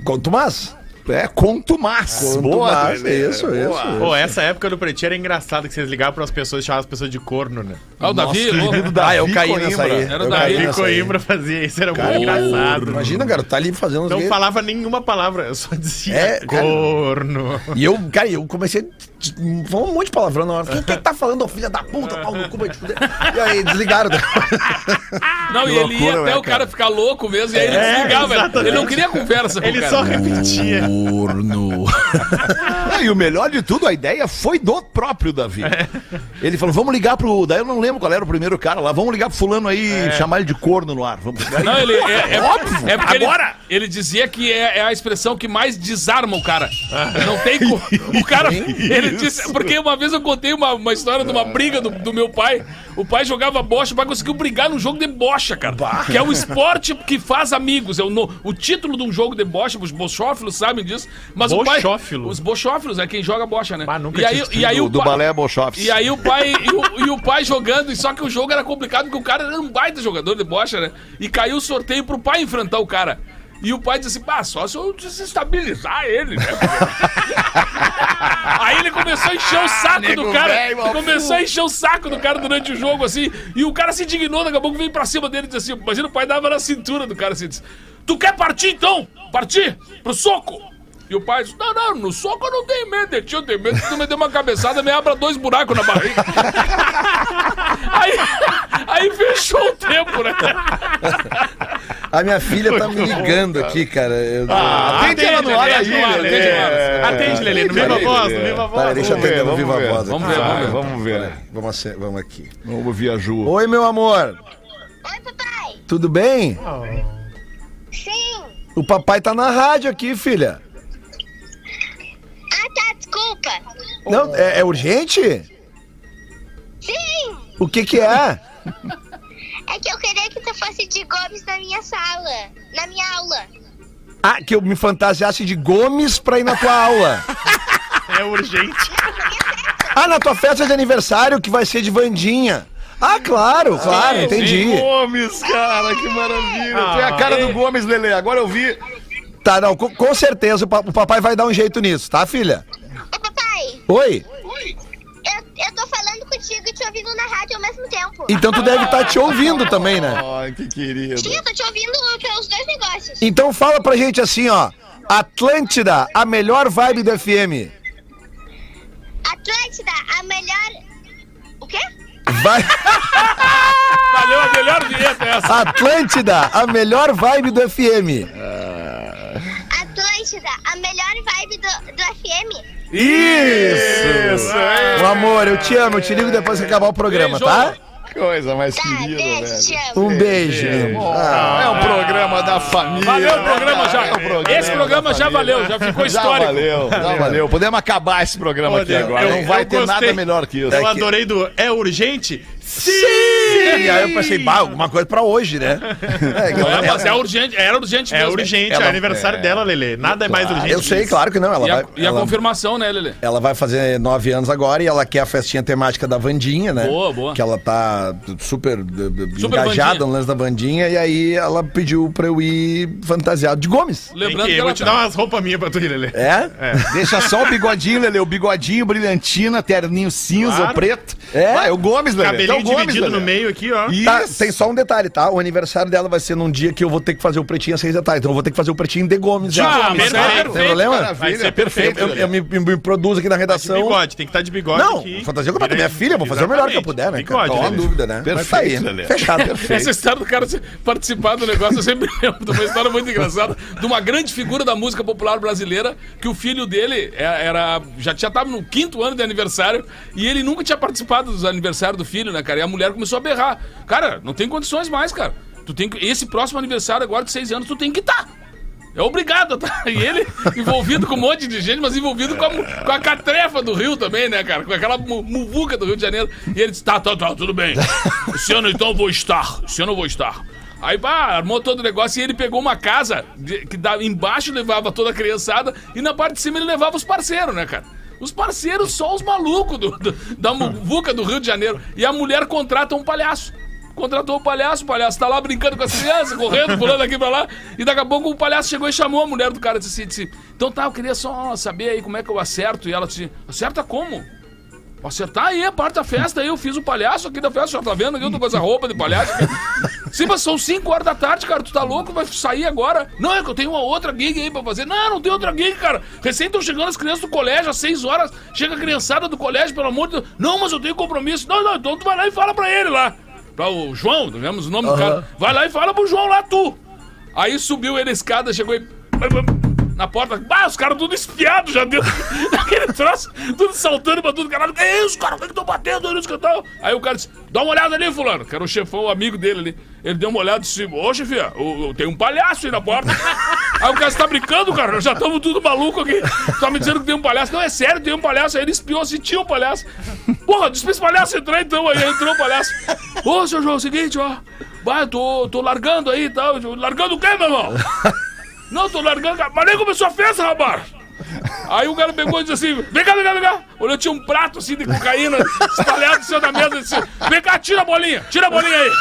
Speaker 4: Contumaz.
Speaker 3: é conto mais.
Speaker 4: Contumaz, isso, isso.
Speaker 6: Pô, essa época do Pretinho era engraçado que vocês ligavam pras pessoas e chamavam as pessoas de corno, né?
Speaker 5: Ah, o Davi, louco.
Speaker 3: Ah, eu caí nessa aí.
Speaker 5: Era o
Speaker 3: eu caí
Speaker 5: Davi
Speaker 6: Davi
Speaker 3: nessa aí.
Speaker 6: Coimbra fazia isso, era muito
Speaker 3: Cara,
Speaker 6: engraçado.
Speaker 3: Imagina, cara, tá ali fazendo...
Speaker 6: Não
Speaker 3: os-
Speaker 6: falava nenhuma palavra, eu só dizia
Speaker 3: É, cara.
Speaker 6: corno.
Speaker 3: E eu, cara, eu comecei a falar um monte de palavrão na hora. Quem que tá falando, ô filha da puta, pau no cu, vai te fuder. E aí, desligaram.
Speaker 5: Não, e ele ia
Speaker 3: loucura,
Speaker 5: até
Speaker 3: né,
Speaker 5: o cara ficar louco mesmo, e aí ele desligava. Ele não queria conversa com o
Speaker 6: Ele
Speaker 5: cara.
Speaker 6: só repetia.
Speaker 1: Corno. e o melhor de tudo, a ideia foi do próprio Davi.
Speaker 4: É.
Speaker 1: Ele falou: vamos ligar pro. Daí eu não lembro qual era o primeiro cara lá. Vamos ligar pro fulano aí e
Speaker 4: É.
Speaker 1: chamar ele de corno no ar. Vamos ligar.
Speaker 5: Não, ele é, é óbvio. É porque
Speaker 1: Agora!
Speaker 5: Ele, ele dizia que é, é a expressão que mais desarma o cara. Não tem como. O cara. Ele disse. Porque uma vez eu contei uma, uma história de uma briga do, do meu pai. O pai jogava bocha, o pai conseguiu brigar num jogo de bocha, cara. Que é um esporte que faz amigos. É o, no- o título de um jogo de bocha, os bochófilos sabem disso. Mas o pai.
Speaker 6: Bochófilo?
Speaker 5: Os bochófilos é quem joga bocha, né?
Speaker 6: Ah, nunca
Speaker 5: e aí,
Speaker 6: tinha
Speaker 5: e aí
Speaker 1: do,
Speaker 5: o
Speaker 1: do
Speaker 5: pai-
Speaker 1: balé Bolshofs.
Speaker 5: e aí o pai e o, e o pai jogando, e só que o jogo era complicado porque o cara era um baita jogador de bocha, né? E caiu o sorteio pro pai enfrentar o cara. E o pai disse assim, pá, só se eu desestabilizar ele, né? Aí ele começou a encher o saco do cara. ele começou a encher o saco do cara durante o jogo, assim. E o cara se indignou, daqui a pouco veio pra cima dele e disse assim: Imagina o pai dava na cintura do cara assim: disse, Tu quer partir então? Partir pro soco! E o pai disse: Não, não, no soco eu não tenho medo de ti, eu tenho medo que tu me dê uma cabeçada me abra dois buracos na barriga. aí, aí fechou o tempo, né?
Speaker 4: A minha filha tá me ligando aqui, cara. Eu-
Speaker 5: Ah.
Speaker 1: atende ela no ar
Speaker 6: Lelê,
Speaker 1: aí,
Speaker 6: atende ela,
Speaker 1: Lelê.
Speaker 6: atende ela. Atende, Lelê, no viva voz, no viva
Speaker 4: Peraí,
Speaker 6: voz.
Speaker 1: Tá
Speaker 4: deixa eu
Speaker 6: Vamos ver.
Speaker 4: atender, vou viva a voz aqui.
Speaker 5: Vamos ver, vamos ver.
Speaker 1: Vamos ver.
Speaker 4: Vamos, ace- vamos aqui.
Speaker 1: Vamos ouvir a Ju.
Speaker 4: Oi, meu amor.
Speaker 7: Oi, papai!
Speaker 4: Tudo bem?
Speaker 7: Sim!
Speaker 4: O papai tá na rádio aqui, filha.
Speaker 7: Ah, tá, desculpa!
Speaker 4: Não, é, é urgente?
Speaker 7: Sim!
Speaker 4: O que que é?
Speaker 7: É que eu queria que tu fosse de Gomes na minha sala, na minha aula.
Speaker 4: Ah, que eu me fantasiasse de Gomes pra ir na tua aula.
Speaker 6: É urgente.
Speaker 4: Ah, na tua festa de aniversário que vai ser de Vandinha. Ah, claro, claro,
Speaker 5: Sim,
Speaker 4: entendi.
Speaker 1: Gomes, cara, que maravilha.
Speaker 6: Ah,
Speaker 1: Tem a cara do Gomes, Lelê. Agora eu vi.
Speaker 4: Tá, não, com, com certeza o pa- o papai vai dar um jeito nisso, tá, filha?
Speaker 7: Ô, papai!
Speaker 4: Oi?
Speaker 7: Eu, eu tô falando contigo e te ouvindo na rádio ao mesmo tempo.
Speaker 4: Então tu deve estar te ouvindo também, né?
Speaker 1: Ai, que querido.
Speaker 7: Sim, eu tô te ouvindo pelos dois negócios.
Speaker 4: Então fala pra gente assim, ó. Atlântida, a melhor vibe do FM.
Speaker 7: Atlântida, a melhor... O quê?
Speaker 4: Vai...
Speaker 5: Valeu, a melhor vinheta é essa.
Speaker 4: Atlântida, a melhor vibe do FM.
Speaker 7: Atlântida, a melhor vibe do, do FM.
Speaker 1: Isso!
Speaker 4: Meu amor, eu te amo, eu te ligo depois que acabar o programa,
Speaker 5: Beijo.
Speaker 4: tá?
Speaker 1: Coisa mais
Speaker 7: Tá,
Speaker 1: querida,
Speaker 7: beijo,
Speaker 1: velho.
Speaker 7: te amo.
Speaker 4: Um beijo, Ah. meu amor.
Speaker 1: É um programa da família.
Speaker 5: Valeu o programa já.
Speaker 1: É o programa
Speaker 5: Esse programa
Speaker 1: da
Speaker 5: já
Speaker 1: família.
Speaker 5: valeu, já ficou
Speaker 1: Já
Speaker 5: histórico.
Speaker 1: valeu, já valeu. Podemos acabar esse programa aqui
Speaker 6: Olha,
Speaker 1: agora.
Speaker 6: eu-
Speaker 1: Não vai
Speaker 6: eu
Speaker 1: ter nada
Speaker 6: gostei.
Speaker 1: melhor que isso.
Speaker 6: Eu adorei do é urgente? Sim!
Speaker 4: E aí eu pensei, bah, alguma coisa pra hoje, né? É, que
Speaker 5: É,
Speaker 4: ela-
Speaker 5: mas é urgente, era urgente
Speaker 6: É
Speaker 5: mesmo.
Speaker 6: urgente,
Speaker 1: Ela-
Speaker 6: é aniversário dela, Lelê. Nada é mais urgente.
Speaker 4: eu sei,
Speaker 6: que
Speaker 4: claro que não. Ela
Speaker 5: E a,
Speaker 4: vai,
Speaker 5: e a
Speaker 4: ela-
Speaker 5: confirmação, né, Lelê?
Speaker 4: ela vai fazer nove anos agora e ela quer a festinha temática da Vandinha, né?
Speaker 5: Boa, boa.
Speaker 4: Que ela tá super, d- d-
Speaker 5: Super
Speaker 4: engajada
Speaker 5: Wandinha.
Speaker 4: no lance da Vandinha e aí ela pediu pra eu ir fantasiado de Gomes.
Speaker 6: isso. Tem
Speaker 5: Lembrando
Speaker 6: que-
Speaker 5: que,
Speaker 6: eu
Speaker 5: ela tá.
Speaker 6: vou te dar umas roupas minhas pra tu ir, Lelê.
Speaker 4: É?
Speaker 1: Deixa
Speaker 3: Tá
Speaker 1: só o bigodinho, Lelê. O bigodinho, brilhantina, terninho cinza
Speaker 6: Claro.
Speaker 1: ou preto.
Speaker 4: É.
Speaker 1: Vai, o Gomes, Lelê.
Speaker 6: Cabelinho
Speaker 1: Então, o Gomes,
Speaker 6: dividido
Speaker 1: Lelê.
Speaker 6: no meio aqui, ó.
Speaker 1: Isso.
Speaker 4: Tá, tem só um detalhe, tá? O aniversário dela vai ser num dia que eu vou ter que fazer o pretinho às seis da tarde. Então eu vou ter que fazer o pretinho de Gomes. né?
Speaker 5: Ah,
Speaker 4: Gomes,
Speaker 5: mas
Speaker 4: tá?
Speaker 5: é
Speaker 4: Tem
Speaker 5: perfeito,
Speaker 4: problema?
Speaker 6: Vai ser
Speaker 4: Eu,
Speaker 6: perfeito.
Speaker 4: eu- eu
Speaker 6: Lelê.
Speaker 4: me, me- me produzo aqui na
Speaker 6: De
Speaker 4: redação.
Speaker 6: bigode, tem que estar de bigode.
Speaker 4: Não,
Speaker 6: aqui.
Speaker 4: fantasia que eu vou minha filha, vou fazer o melhor que eu puder, né?
Speaker 6: Bigode,
Speaker 4: cara? Não há
Speaker 6: Lelê.
Speaker 4: dúvida, né? Mas tá aí.
Speaker 1: Perfeito, Lelê.
Speaker 4: Fechado, perfeito.
Speaker 5: Essa história do cara participar do negócio, eu sempre lembro de uma história muito engraçada de uma grande figura da música popular brasileira que o filho dele é- era já tinha estava no quinto ano de aniversário e ele nunca tinha participado dos aniversários do filho, né, cara? E a mulher começou a berrar. Cara, não tem condições mais, cara. Tu tem que, esse próximo aniversário agora de seis anos, tu tem que estar. É obrigado, tá? E ele envolvido com um monte de gente, mas envolvido com a, mu- com a catrefa do Rio também, né, cara? Com aquela mu- muvuca do Rio de Janeiro. E ele disse: tá, tá, tá, tudo bem. Esse ano então eu vou estar. Esse ano eu vou estar. Aí, pá, armou todo o negócio e ele pegou uma casa de- que dava, embaixo levava toda a criançada e na parte de cima ele levava os parceiros, né, cara? Os parceiros, só os malucos do- do- da muvuca do Rio de Janeiro. E a mulher contrata um palhaço. Contratou o palhaço, o palhaço tá lá brincando com as crianças, correndo, pulando aqui pra lá. E daqui a pouco o palhaço chegou e chamou a mulher do cara assim, e disse, disse Então tá, eu queria só saber aí como é que eu acerto. E ela disse: Acerta como? Acertar aí a parte da festa, aí eu fiz o palhaço aqui da festa, já tá vendo aqui, eu tô com essa roupa de palhaço. Sim, mas são 5 horas da tarde, cara, tu tá louco, vai sair agora. Não, é que eu tenho uma outra gig aí pra fazer. Não, não tem outra gig, cara. Recém estão chegando as crianças do colégio, às 6 horas, chega a criançada do colégio, pelo amor de Deus. Não, mas eu tenho compromisso. Não, não, então tu vai lá e fala pra ele lá. Pra o João, digamos o nome do cara. Vai lá e fala pro João lá, tu. Aí subiu ele a escada, chegou e... Na porta, bah, os caras tudo espiados já deu aquele troço, tudo saltando pra tudo caralho. Que isso, cara? Por que estão batendo olha isso que eu tô?" Aí o cara disse: dá uma olhada ali, fulano, que era o chefão, o amigo dele ali. Ele deu uma olhada e disse: Ô chefia, eu, eu tenho um palhaço aí na porta. aí o cara "Você tá brincando, cara, nós já estamos tudo maluco aqui. Tá me dizendo que tem um palhaço. Não, é sério, tem um palhaço. Aí ele espiou, se tinha um palhaço. Porra, disse pra esse palhaço entrar então. Aí entrou o palhaço. Ô, seu João, é o seguinte, ó. Vai, tô, tô largando aí e tal. Largando o quê, meu irmão? Não, tô largando. a- Mas nem começou a festa, rapaz! Aí o cara pegou e disse assim: Vem cá, vem cá, vem cá. Olhou, tinha um prato assim de cocaína espalhado em cima da mesa. Disse: Vem cá, tira a bolinha, tira a bolinha aí.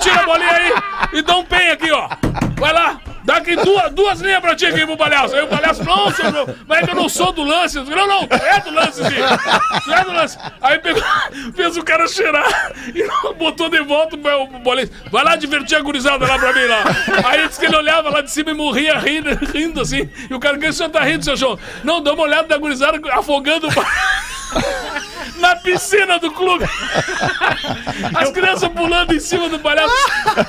Speaker 5: Tira a bolinha aí e dá um pen aqui, ó. Vai lá, dá aqui duas, duas linhas pra ti aqui pro palhaço. Aí o palhaço, não, seu Bruno, mas é que eu não sou do lance. Eu disse, não, não, tu é do lance, sim. Tu é do lance. Aí pegou, fez o cara cheirar e botou de volta o meu bolinho. Vai lá divertir a gurizada lá pra mim lá. Aí disse que ele olhava lá de cima e morria rindo, rindo assim. E o cara, o que o senhor tá rindo, seu João? Não, dá uma olhada da gurizada afogando o na piscina do clube. As crianças pulando em cima do palhaço.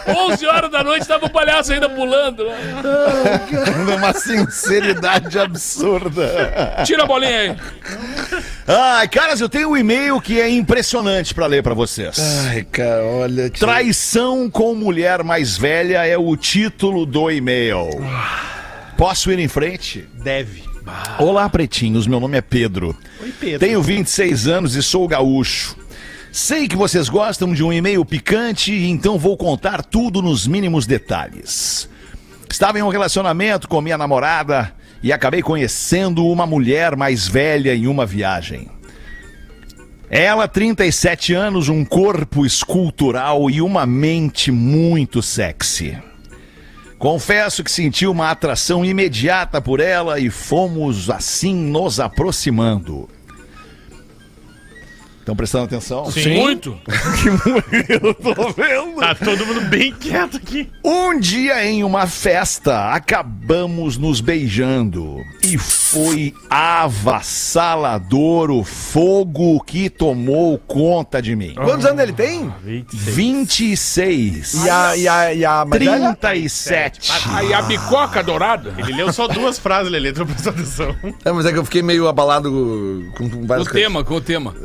Speaker 5: 11 horas da noite tava o palhaço ainda pulando. né?
Speaker 4: Uma sinceridade absurda.
Speaker 5: Tira a bolinha aí.
Speaker 3: Ai, caras, eu tenho um e-mail que é impressionante pra ler pra vocês.
Speaker 4: Ai, cara, olha. tio.
Speaker 3: Traição com mulher mais velha é o título do e-mail. Posso ir em frente?
Speaker 6: Deve.
Speaker 3: Olá, pretinhos. Meu nome é Pedro.
Speaker 6: Oi, Pedro.
Speaker 3: Tenho 26 anos e sou gaúcho. Sei que vocês gostam de um e-mail picante, então vou contar tudo nos mínimos detalhes. Estava em um relacionamento com minha namorada e acabei conhecendo uma mulher mais velha em uma viagem. Ela, 37 anos, um corpo escultural e uma mente muito sexy. Confesso que senti uma atração imediata por ela e fomos assim nos aproximando. Estão prestando atenção?
Speaker 6: Sim.
Speaker 5: Muito.
Speaker 3: Eu tô vendo.
Speaker 6: Tá todo mundo bem quieto aqui.
Speaker 3: Um dia em uma festa, acabamos nos beijando. E foi avassalador o fogo que tomou conta de mim.
Speaker 4: Quantos anos ele tem?
Speaker 3: 26.
Speaker 4: E a, e a, e a mais velha?
Speaker 3: 37.
Speaker 5: Aí a bicoca dourada.
Speaker 6: Ele leu só duas frases, Lelê, tu não prestou atenção.
Speaker 4: É, mas é que eu fiquei meio abalado com, com
Speaker 5: Com
Speaker 4: várias
Speaker 5: o tema, com o tema.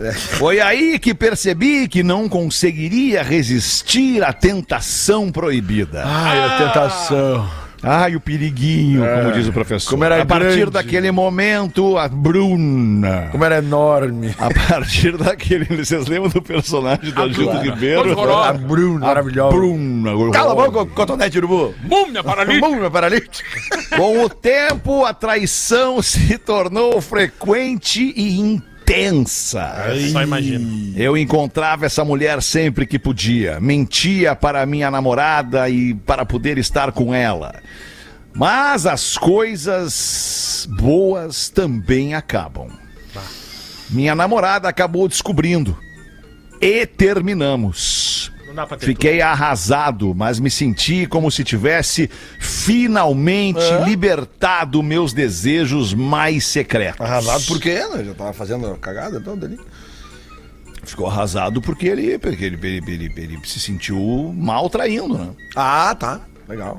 Speaker 3: Foi aí que percebi que não conseguiria resistir à tentação proibida.
Speaker 4: Ai,
Speaker 6: Ah!
Speaker 4: a tentação.
Speaker 3: Ai, o periguinho, como diz o professor.
Speaker 4: É. como era
Speaker 3: a partir
Speaker 4: grande.
Speaker 3: daquele momento, a Bruna.
Speaker 4: Como era enorme.
Speaker 3: A partir daquele. Vocês lembram do personagem da Gilda Ribeiro?
Speaker 5: Horrorosa.
Speaker 4: A Bruna,
Speaker 3: A
Speaker 4: maravilhosa.
Speaker 3: Bruna.
Speaker 4: Cala a
Speaker 3: horrorosa.
Speaker 4: boca, cotonete urubu.
Speaker 5: Múmia paralítica.
Speaker 4: Bum, meu paralítico.
Speaker 3: Com o tempo, a traição se tornou frequente e intensa.
Speaker 6: Só imagina.
Speaker 3: Eu encontrava essa mulher sempre que podia, mentia para minha namorada e para poder estar com ela. Mas as coisas boas também acabam. Minha namorada acabou descobrindo e terminamos.
Speaker 6: Não dá pra ter
Speaker 3: Fiquei arrasado, mas me senti como se tivesse finalmente libertado meus desejos mais secretos.
Speaker 4: Arrasado por quê? né? Já tava fazendo cagada toda ali.
Speaker 3: Ficou arrasado porque ele, porque ele, ele, ele, ele se sentiu mal traindo, né?
Speaker 4: Ah, tá. Legal.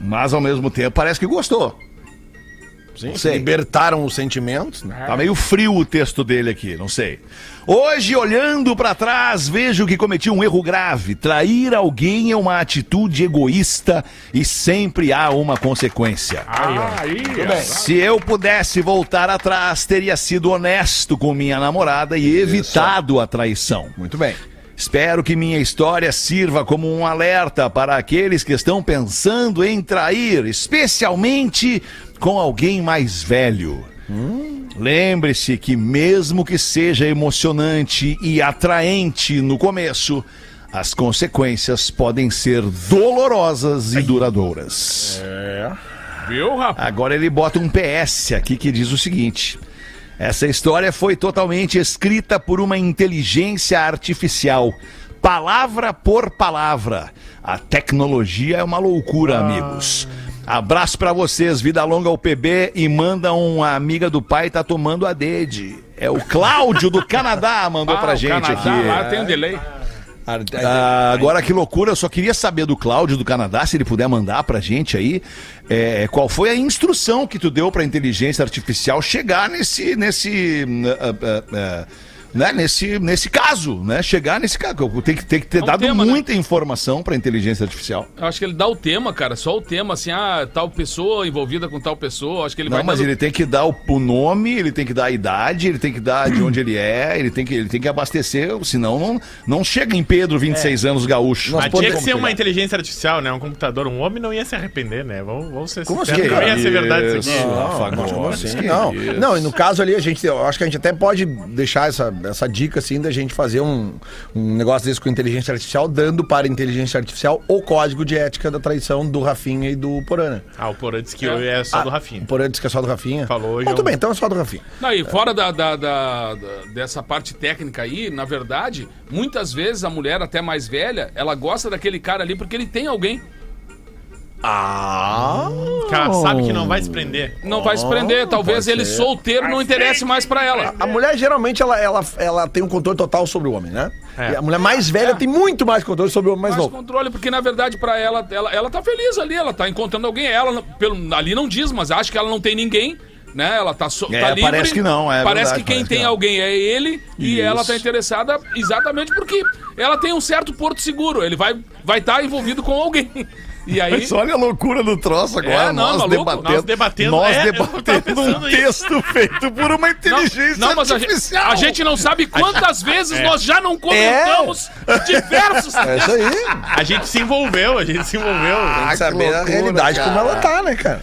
Speaker 3: Mas ao mesmo tempo parece que gostou. Sim, sei.
Speaker 4: Libertaram os sentimentos, né?
Speaker 3: Tá meio frio o texto dele aqui, não sei. Hoje, olhando pra trás, vejo que cometi um erro grave. Trair alguém é uma atitude egoísta e sempre há uma consequência. Se eu pudesse voltar atrás, teria sido honesto com minha namorada e evitado a traição.
Speaker 4: Muito bem.
Speaker 3: Espero que minha história sirva como um alerta para aqueles que estão pensando em trair, especialmente com alguém mais velho. Lembre-se que, mesmo que seja emocionante e atraente no começo, as consequências podem ser dolorosas e duradouras.
Speaker 5: Viu, rapaz?
Speaker 3: Agora ele bota um PS aqui que diz o seguinte: Essa história foi totalmente escrita por uma inteligência artificial. Palavra por palavra. A tecnologia é uma
Speaker 5: Ah.
Speaker 3: loucura, amigos. Abraço pra vocês, vida longa ao PB e manda uma amiga do pai tá tomando a dede. É o Cláudio do Canadá mandou pra
Speaker 5: Ah, o
Speaker 3: gente
Speaker 5: Canadá,
Speaker 3: aqui.
Speaker 5: Lá tem um delay.
Speaker 3: Ah, agora que loucura, eu só queria saber do Cláudio do Canadá, se ele puder mandar pra gente aí, é, qual foi a instrução que tu deu pra inteligência artificial chegar nesse nesse ah, ah, ah, né, nesse nesse caso, né? Chegar nesse caso, tem que tem que ter
Speaker 5: um
Speaker 3: dado
Speaker 5: tema, né?
Speaker 3: muita informação pra inteligência artificial.
Speaker 5: Eu acho que ele dá o tema, cara, só o tema, assim, ah, tal pessoa envolvida com tal pessoa. Acho que ele
Speaker 3: Não,
Speaker 5: vai
Speaker 3: mas
Speaker 5: dando-
Speaker 3: ele tem que dar o, o nome, ele tem que dar a idade, ele tem que dar de onde ele é, ele tem que ele tem que abastecer, senão não não chega em Pedro
Speaker 5: É.
Speaker 3: 26 anos gaúcho.
Speaker 6: Mas tinha que ser uma inteligência artificial, né? Um computador, um homem não ia se arrepender, né? Vamos, vamos ser
Speaker 4: Como
Speaker 6: sinceros,
Speaker 4: assim,
Speaker 6: não ia
Speaker 4: cara?
Speaker 6: ser é verdade isso aqui.
Speaker 3: Isso, Rafa,
Speaker 4: Não,
Speaker 3: agora,
Speaker 4: assim,
Speaker 3: que
Speaker 4: não.
Speaker 3: isso.
Speaker 4: não, e no caso ali, a gente, eu acho que a gente até pode deixar essa, essa dica assim da gente fazer um, um negócio desse com inteligência artificial, dando para a inteligência artificial o código de ética da traição do Rafinha e do Porana.
Speaker 6: Ah, o Porã disse que é, só
Speaker 3: Ah.
Speaker 6: do Rafinha.
Speaker 4: O Porana disse que é só do Rafinha.
Speaker 6: Falou hoje,
Speaker 4: Bom, tudo
Speaker 6: é um-
Speaker 4: bem, então é só do Rafinha.
Speaker 5: Não, e fora da, da- da- da- dessa parte técnica aí, na verdade, muitas vezes a mulher, até mais velha, ela gosta daquele cara ali porque ele tem alguém.
Speaker 6: Ah,
Speaker 4: Ah,
Speaker 6: Que ela sabe que não vai se prender.
Speaker 5: Não vai se prender. Talvez ele solteiro não interesse mais pra ela.
Speaker 6: né?
Speaker 4: A mulher geralmente ela, ela, ela tem um controle total sobre o homem, né?
Speaker 6: É.
Speaker 4: E a mulher mais velha tem muito mais controle sobre o homem mais
Speaker 5: Mais
Speaker 4: novo.
Speaker 5: controle, porque na verdade pra ela, ela, ela tá feliz ali, ela tá encontrando alguém. Ela, não- pelo, ali não diz, mas acha que ela não tem ninguém, né? Ela tá, so,
Speaker 3: É,
Speaker 5: tá livre.
Speaker 3: parece que não, é
Speaker 5: Parece
Speaker 3: verdade,
Speaker 5: que quem
Speaker 3: parece que
Speaker 5: tem
Speaker 3: não.
Speaker 5: alguém é ele e
Speaker 3: Isso.
Speaker 5: ela tá interessada exatamente porque ela tem um certo porto seguro. Ele vai estar vai tá envolvido com alguém. E aí.
Speaker 3: Mas olha a loucura do troço agora.
Speaker 5: É, não,
Speaker 3: nós,
Speaker 5: maluco,
Speaker 3: debatendo,
Speaker 6: nós debatendo,
Speaker 3: nós
Speaker 6: é, eu
Speaker 3: debatendo
Speaker 6: tava pensando
Speaker 3: um texto feito por uma inteligência
Speaker 5: Não, mas a gente,
Speaker 3: artificial. É.
Speaker 5: a gente não sabe quantas vezes nós já não comentamos diversos.
Speaker 4: É isso aí.
Speaker 6: A gente se envolveu, a gente se envolveu.
Speaker 3: Ah, que
Speaker 4: Saber a
Speaker 3: loucura,
Speaker 4: realidade
Speaker 3: cara.
Speaker 4: como ela tá, né, cara?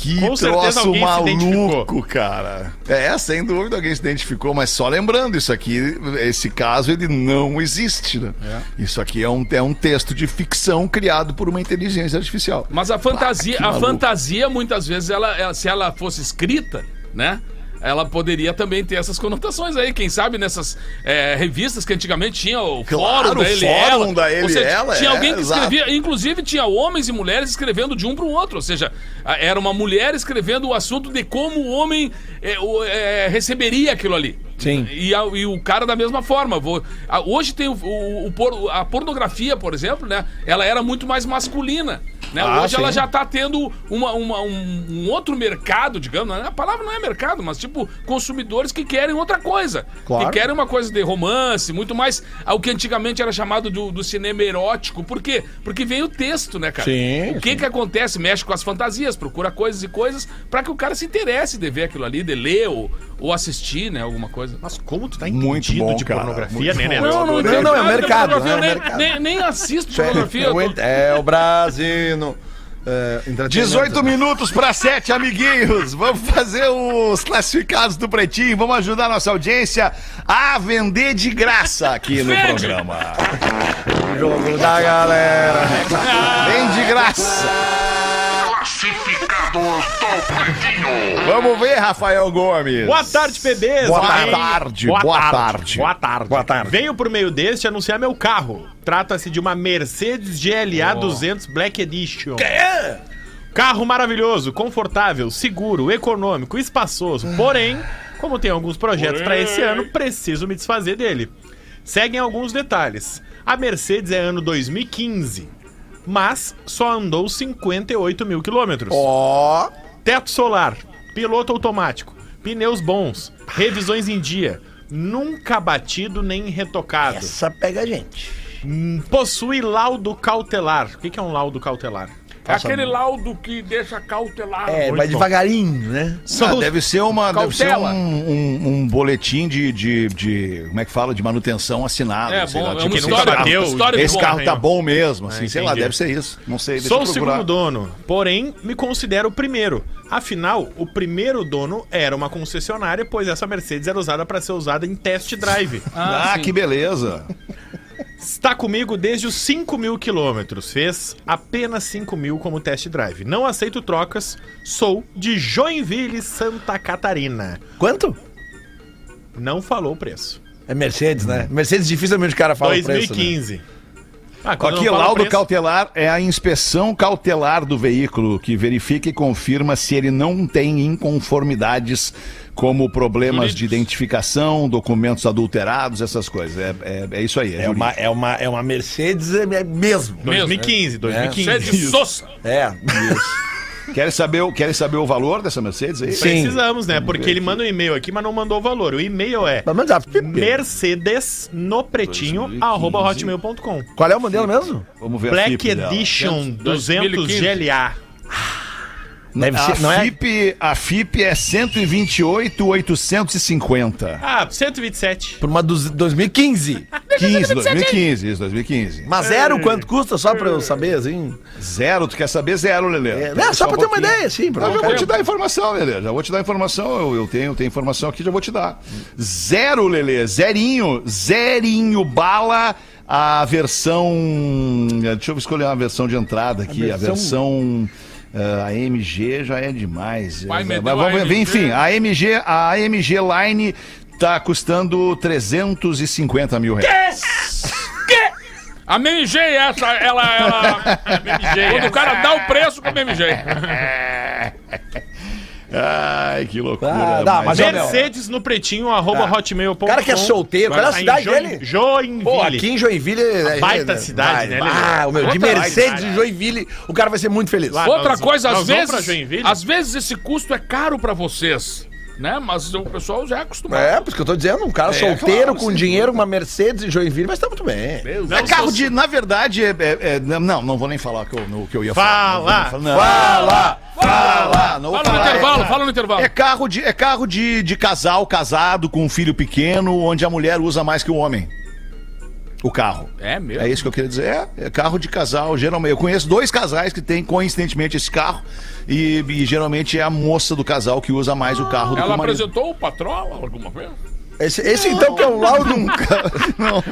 Speaker 3: Que
Speaker 6: Com certeza
Speaker 3: troço
Speaker 6: alguém se identificou.
Speaker 3: maluco, cara. É, sem dúvida alguém se identificou, mas só lembrando, isso aqui, esse caso, ele não existe, né? Isso aqui é um, é um texto de ficção criado por uma inteligência artificial.
Speaker 5: Mas a fantasia,
Speaker 3: que
Speaker 5: a
Speaker 3: maluco.
Speaker 5: fantasia muitas vezes ela, ela- se ela fosse escrita, né? Ela poderia também ter essas conotações aí, quem sabe nessas é, revistas que antigamente tinha o
Speaker 3: Claro,
Speaker 5: fórum da
Speaker 3: o
Speaker 5: ele e
Speaker 3: fórum
Speaker 5: ela.
Speaker 3: da ele
Speaker 5: Ou seja,
Speaker 3: e ela,
Speaker 5: Tinha
Speaker 3: é,
Speaker 5: alguém que
Speaker 3: exato.
Speaker 5: escrevia, inclusive tinha homens e mulheres escrevendo de um para o outro, ou seja, a- era uma mulher escrevendo o assunto de como o homem é, o- é, receberia aquilo ali.
Speaker 4: Sim.
Speaker 5: E, a- e o cara da mesma forma. Vou- a- hoje tem o, o- o por- a pornografia, por exemplo, né? Ela era muito mais masculina. né?
Speaker 3: Ah,
Speaker 5: hoje ela
Speaker 3: sim.
Speaker 5: já tá tendo uma- uma- um, um outro mercado, digamos. né? A palavra não é mercado, mas tipo consumidores que querem outra coisa.
Speaker 4: Claro.
Speaker 5: Que querem uma coisa de romance, muito mais ao que antigamente era chamado do, do cinema erótico. Por quê? Porque vem o texto, né, cara?
Speaker 4: Sim,
Speaker 5: O que que acontece? Mexe com as fantasias, procura coisas e coisas pra que o cara se interesse de ver aquilo ali, de ler ou, ou assistir, né? Alguma coisa.
Speaker 6: Mas como tu tá
Speaker 3: Muito
Speaker 6: entendido
Speaker 3: bom,
Speaker 6: de
Speaker 3: cara.
Speaker 6: pornografia,
Speaker 3: Muito
Speaker 6: né, né?
Speaker 5: Não, não,
Speaker 4: Não,
Speaker 5: entendo
Speaker 4: não, é
Speaker 5: nada de
Speaker 4: mercado,
Speaker 5: pornografia,
Speaker 4: não é
Speaker 5: eu nem,
Speaker 4: mercado.
Speaker 5: nem- nem assisto pornografia. eu
Speaker 4: É
Speaker 5: tô-
Speaker 4: o ent- É o Brasino. É, entretenimento.
Speaker 3: 18 minutos para 7, amiguinhos. Vamos fazer os classificados do Pretinho. Vamos ajudar a nossa audiência a vender de graça aqui no
Speaker 5: Vende.
Speaker 3: programa.
Speaker 4: Jogo da galera.
Speaker 3: Vem de graça.
Speaker 1: Classificados do Pretinho.
Speaker 3: Vamos ver, Rafael Gomes.
Speaker 6: Boa tarde, PB.
Speaker 3: Boa
Speaker 6: Vem-
Speaker 3: tarde,
Speaker 6: Boa,
Speaker 3: boa
Speaker 6: tarde.
Speaker 3: tarde.
Speaker 6: Boa tarde.
Speaker 4: Boa tarde.
Speaker 6: Venho por meio deste anunciar meu carro. Trata-se de uma Mercedes GLA 200 Black Edition. Carro maravilhoso, confortável, seguro, econômico, espaçoso.
Speaker 3: Ah.
Speaker 6: Porém, como tem alguns projetos para esse ano, preciso me desfazer dele. Seguem alguns detalhes. A Mercedes é ano 2015, mas só andou 58 mil quilômetros.
Speaker 4: Ó.
Speaker 6: Teto solar, piloto automático, pneus bons, revisões em dia, nunca batido nem retocado.
Speaker 4: Essa pega a gente.
Speaker 6: Hum, Possui laudo cautelar. O que que é um laudo cautelar?
Speaker 5: É aquele laudo que deixa cautelar.
Speaker 4: É, vai
Speaker 6: bom.
Speaker 4: devagarinho, né?
Speaker 3: Ah, deve ser uma deve ser
Speaker 5: Cautela.
Speaker 3: um, um- um boletim de, de, de- como é que fala de manutenção assinado
Speaker 5: É,
Speaker 3: sei
Speaker 5: bom,
Speaker 3: lá,
Speaker 5: é
Speaker 3: tipo,
Speaker 5: um
Speaker 3: esse
Speaker 5: histórico,
Speaker 3: carro-
Speaker 6: bateu,
Speaker 5: histórico
Speaker 3: esse
Speaker 5: bom,
Speaker 3: carro
Speaker 6: né?
Speaker 3: tá bom mesmo assim
Speaker 6: Ah,
Speaker 3: sei lá
Speaker 6: entendi.
Speaker 3: deve ser isso não sei deixa
Speaker 6: Sou
Speaker 3: eu
Speaker 6: o
Speaker 3: procurar.
Speaker 6: segundo dono, porém me considero o primeiro. Afinal, o primeiro dono era uma concessionária, pois essa Mercedes era usada para ser usada em test drive.
Speaker 3: ah,
Speaker 5: sim.
Speaker 3: que beleza
Speaker 6: Está comigo desde os 5 mil quilômetros. Fez apenas 5 mil como test drive. Não aceito trocas. Sou de Joinville, Santa Catarina.
Speaker 4: Quanto?
Speaker 6: Não falou o preço.
Speaker 4: É Mercedes, né? Mercedes dificilmente o cara fala o preço. né?
Speaker 6: 2015. Ah, quando
Speaker 1: Aqui,
Speaker 6: não fala o
Speaker 1: laudo
Speaker 6: preço-
Speaker 1: cautelar é a inspeção cautelar do veículo que verifica e confirma se ele não tem inconformidades como problemas de
Speaker 5: Jurídicos.
Speaker 1: identificação, documentos adulterados, essas coisas. É, é- é isso aí.
Speaker 4: É uma, é, uma, é uma Mercedes é mesmo. né?
Speaker 6: 2015, 2015.
Speaker 5: Você de Sousa.
Speaker 4: É.
Speaker 1: Querem saber, o- querem saber o valor dessa Mercedes aí?
Speaker 4: Sim.
Speaker 6: Precisamos, né? Porque ele manda um e-mail aqui, mas não mandou o valor. O e-mail é
Speaker 4: Pelo menos a-
Speaker 6: Mercedes no pretinho, arroba hotmail.com.
Speaker 4: Qual é o modelo mesmo?
Speaker 1: Vamos ver a
Speaker 6: Black
Speaker 1: FIP dela.
Speaker 6: Edition 200
Speaker 5: 2015.
Speaker 6: GLA.
Speaker 4: Deve
Speaker 1: A
Speaker 4: ser, não é?
Speaker 1: FIP, a FIP é 128,850.
Speaker 6: Ah, 127.
Speaker 4: Por uma dos- 2015.
Speaker 1: 15, 2015, isso, 2015.
Speaker 4: Mas zero quanto custa, só pra eu saber, assim?
Speaker 1: Zero, tu quer saber zero, Lelê?
Speaker 4: É, né, só pra ter uma ideia, sim. Pra
Speaker 1: Eu já vou te dar informação, Lelê. Já vou te dar informação. Eu, eu tenho, tenho informação aqui, já vou te dar. Zero, Lelê. Zerinho. Zerinho bala. A versão. Deixa eu escolher uma versão de entrada aqui. A versão. eh, AMG já é demais.
Speaker 5: Vai
Speaker 1: Eh,
Speaker 5: meter
Speaker 1: mas
Speaker 5: o
Speaker 1: vamos ver.
Speaker 5: AMG.
Speaker 1: Enfim, a AMG, a AMG Line tá custando 350 mil reais.
Speaker 5: A MMG é essa, ela. ela quando o cara dá o preço com a MMG.
Speaker 1: Ai, que loucura.
Speaker 4: Ah, dá, mas é-
Speaker 6: Mercedes no pretinho, arroba hotmail.com.
Speaker 4: Cara que é solteiro, qual é a
Speaker 6: Tá em
Speaker 4: cidade
Speaker 6: Join-
Speaker 4: dele?
Speaker 6: Joinville.
Speaker 4: Pô, aqui em Joinville. é-
Speaker 6: baita
Speaker 4: é-
Speaker 6: cidade,
Speaker 4: vai,
Speaker 6: né, Lelê?
Speaker 4: Ah, o meu, de
Speaker 6: Outra
Speaker 4: Mercedes
Speaker 6: baita.
Speaker 4: e Joinville, o cara vai ser muito feliz.
Speaker 6: Lá. Ah,
Speaker 5: Outra
Speaker 6: nós-
Speaker 5: coisa,
Speaker 6: nós
Speaker 5: às
Speaker 6: vamos pra
Speaker 5: vezes.
Speaker 6: Joinville?
Speaker 5: Às vezes esse custo é caro pra vocês. Né? Mas o pessoal já é acostumado.
Speaker 4: É, por isso que eu tô dizendo, um cara solteiro, com dinheiro, uma Mercedes e Joinville, mas tá muito bem.
Speaker 1: É carro de, na verdade, é, é- é- não, não vou nem falar o que eu, no- o que eu ia falar.
Speaker 6: Fala!
Speaker 1: Não, fala, fala, fala, não vou
Speaker 5: Fala no
Speaker 1: falar.
Speaker 5: intervalo, fala no intervalo.
Speaker 1: É carro de, é carro de, de casal casado com um filho pequeno, onde a mulher usa mais que o homem. O carro.
Speaker 5: É mesmo.
Speaker 1: É isso que eu queria dizer. É, é carro de casal, geralmente. Eu conheço dois casais que têm, coincidentemente, esse carro. E, e geralmente é a moça do casal que usa mais o carro do que
Speaker 5: Ela
Speaker 1: o marido.
Speaker 5: apresentou o patrola alguma vez?
Speaker 4: Esse, esse, então que é o laudo.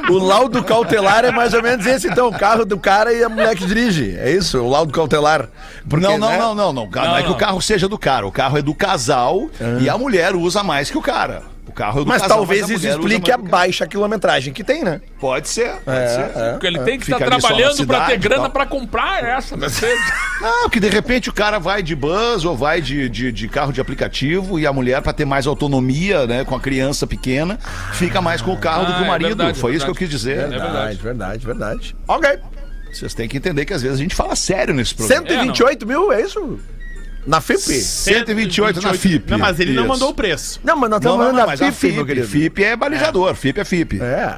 Speaker 4: O laudo cautelar é mais ou menos esse, então. O carro do cara e a mulher que dirige. É isso, o laudo cautelar. Porque,
Speaker 1: não, não,
Speaker 4: né,
Speaker 1: não, não, não. Não é que o carro seja do cara. O carro é do casal e a mulher usa mais que o cara. O carro é do
Speaker 4: Mas
Speaker 1: casal,
Speaker 4: talvez
Speaker 1: a
Speaker 4: isso
Speaker 1: mulher usa
Speaker 4: explique a
Speaker 1: mais que o cara.
Speaker 4: baixa quilometragem que tem, né? é.
Speaker 1: Pode ser, pode ser.
Speaker 5: Porque ele tem que
Speaker 1: É. Fica ali
Speaker 5: estar
Speaker 1: só na
Speaker 5: trabalhando pra
Speaker 1: cidade
Speaker 5: ter
Speaker 1: e
Speaker 5: grana
Speaker 1: tal.
Speaker 5: pra comprar essa Mercedes.
Speaker 1: Não, que de repente o cara vai de bus ou vai de, de, de carro de aplicativo e a mulher, pra ter mais autonomia, né, com a criança pequena, fica mais com o carro do que
Speaker 5: Ah,
Speaker 1: o
Speaker 5: é
Speaker 1: marido.
Speaker 5: verdade,
Speaker 1: Foi
Speaker 5: é
Speaker 1: isso que eu
Speaker 5: verdade.
Speaker 1: quis dizer.
Speaker 5: É verdade.
Speaker 4: verdade, verdade. Ok.
Speaker 1: Vocês têm que entender que às vezes a gente fala sério nesse programa.
Speaker 4: 128 mil, é isso? Na FIP?
Speaker 1: 128 na FIP.
Speaker 6: Não, mas ele não
Speaker 1: Isso.
Speaker 6: mandou o preço.
Speaker 4: Não, mas nós
Speaker 1: Não,
Speaker 4: estamos
Speaker 1: não,
Speaker 4: falando
Speaker 1: não,
Speaker 4: da
Speaker 1: mas um a
Speaker 4: FIP,
Speaker 1: FIP,
Speaker 4: meu querido.
Speaker 1: FIP é balizador, FIP é FIP.
Speaker 4: É.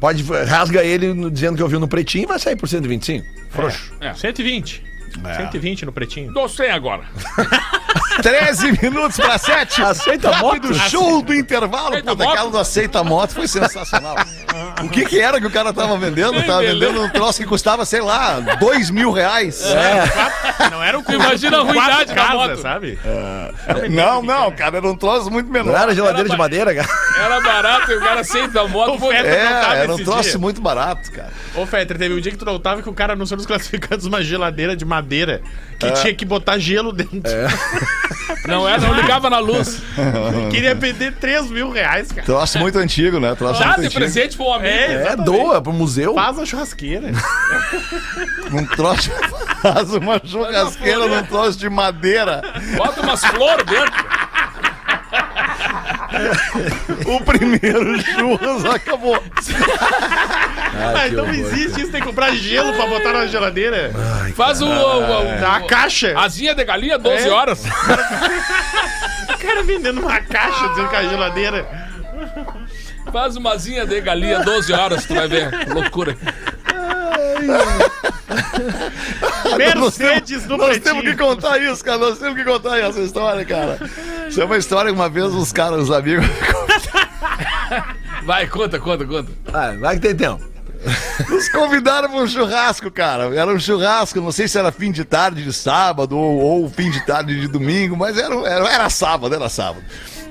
Speaker 4: Pode, rasga ele no- dizendo que eu vi no pretinho e vai sair por 125. Frouxo.
Speaker 6: 120.
Speaker 4: É.
Speaker 6: 120 no pretinho.
Speaker 5: Tô sem agora.
Speaker 1: 13 minutos para 7.
Speaker 4: Aceita a moto?
Speaker 1: Do show do intervalo,
Speaker 5: Aceita
Speaker 1: puta,
Speaker 5: moto?
Speaker 1: aquela do Aceita Moto foi sensacional. O que que era que o cara tava vendendo? Tava
Speaker 5: beleza.
Speaker 1: vendendo um troço que custava, sei lá, dois mil reais.
Speaker 6: Não era o cu.
Speaker 5: Imagina a ruindade da moto.
Speaker 6: sabe?
Speaker 1: Não, não, cara, era um troço muito
Speaker 4: Não
Speaker 1: menor.
Speaker 4: era geladeira de madeira, cara?
Speaker 5: Era barato e o cara sem da moto. Foi...
Speaker 6: Oferta
Speaker 1: É,
Speaker 6: não tava
Speaker 1: era um
Speaker 6: esse
Speaker 1: troço
Speaker 6: dia.
Speaker 1: muito barato, cara.
Speaker 6: Ô, Fetter, teve um dia que tu não tava que o cara anunciou nos classificados uma geladeira de madeira que
Speaker 1: É.
Speaker 6: tinha que botar gelo dentro.
Speaker 5: Não era, não ligava na luz.
Speaker 6: Queria perder 3 mil reais, cara.
Speaker 1: Troço muito antigo, né? Troço
Speaker 5: Dá
Speaker 1: muito
Speaker 5: de
Speaker 1: antigo.
Speaker 5: presente pro amigo.
Speaker 6: É,
Speaker 4: É,
Speaker 6: exatamente.
Speaker 4: doa pro museu.
Speaker 6: Faz a churrasqueira.
Speaker 1: Um troço faz uma churrasqueira num troço de madeira.
Speaker 5: Bota umas flores dentro.
Speaker 1: O primeiro churras acabou.
Speaker 6: Ah, então existe isso, tem que comprar gelo pra botar na geladeira.
Speaker 5: Faz o, o,
Speaker 6: Dá uma caixa.
Speaker 5: o- asinha de galinha 12
Speaker 6: É.
Speaker 5: horas.
Speaker 6: O cara vendendo uma caixa dizendo que é a geladeira.
Speaker 5: Faz uma asinha de galinha 12 horas, tu vai ver. Loucura.
Speaker 6: Mercedes no
Speaker 1: Nós temos que
Speaker 6: pretinho.
Speaker 1: contar isso, cara. Nós temos que contar essa história, cara. Isso é uma história que uma vez os caras, os amigos.
Speaker 5: Vai, conta, conta, conta.
Speaker 4: Vai, vai que tem tempo.
Speaker 1: Nos convidaram para um churrasco, cara. Era um churrasco, não sei se era fim de tarde de sábado ou, ou fim de tarde de domingo, mas era, era, era sábado, era sábado.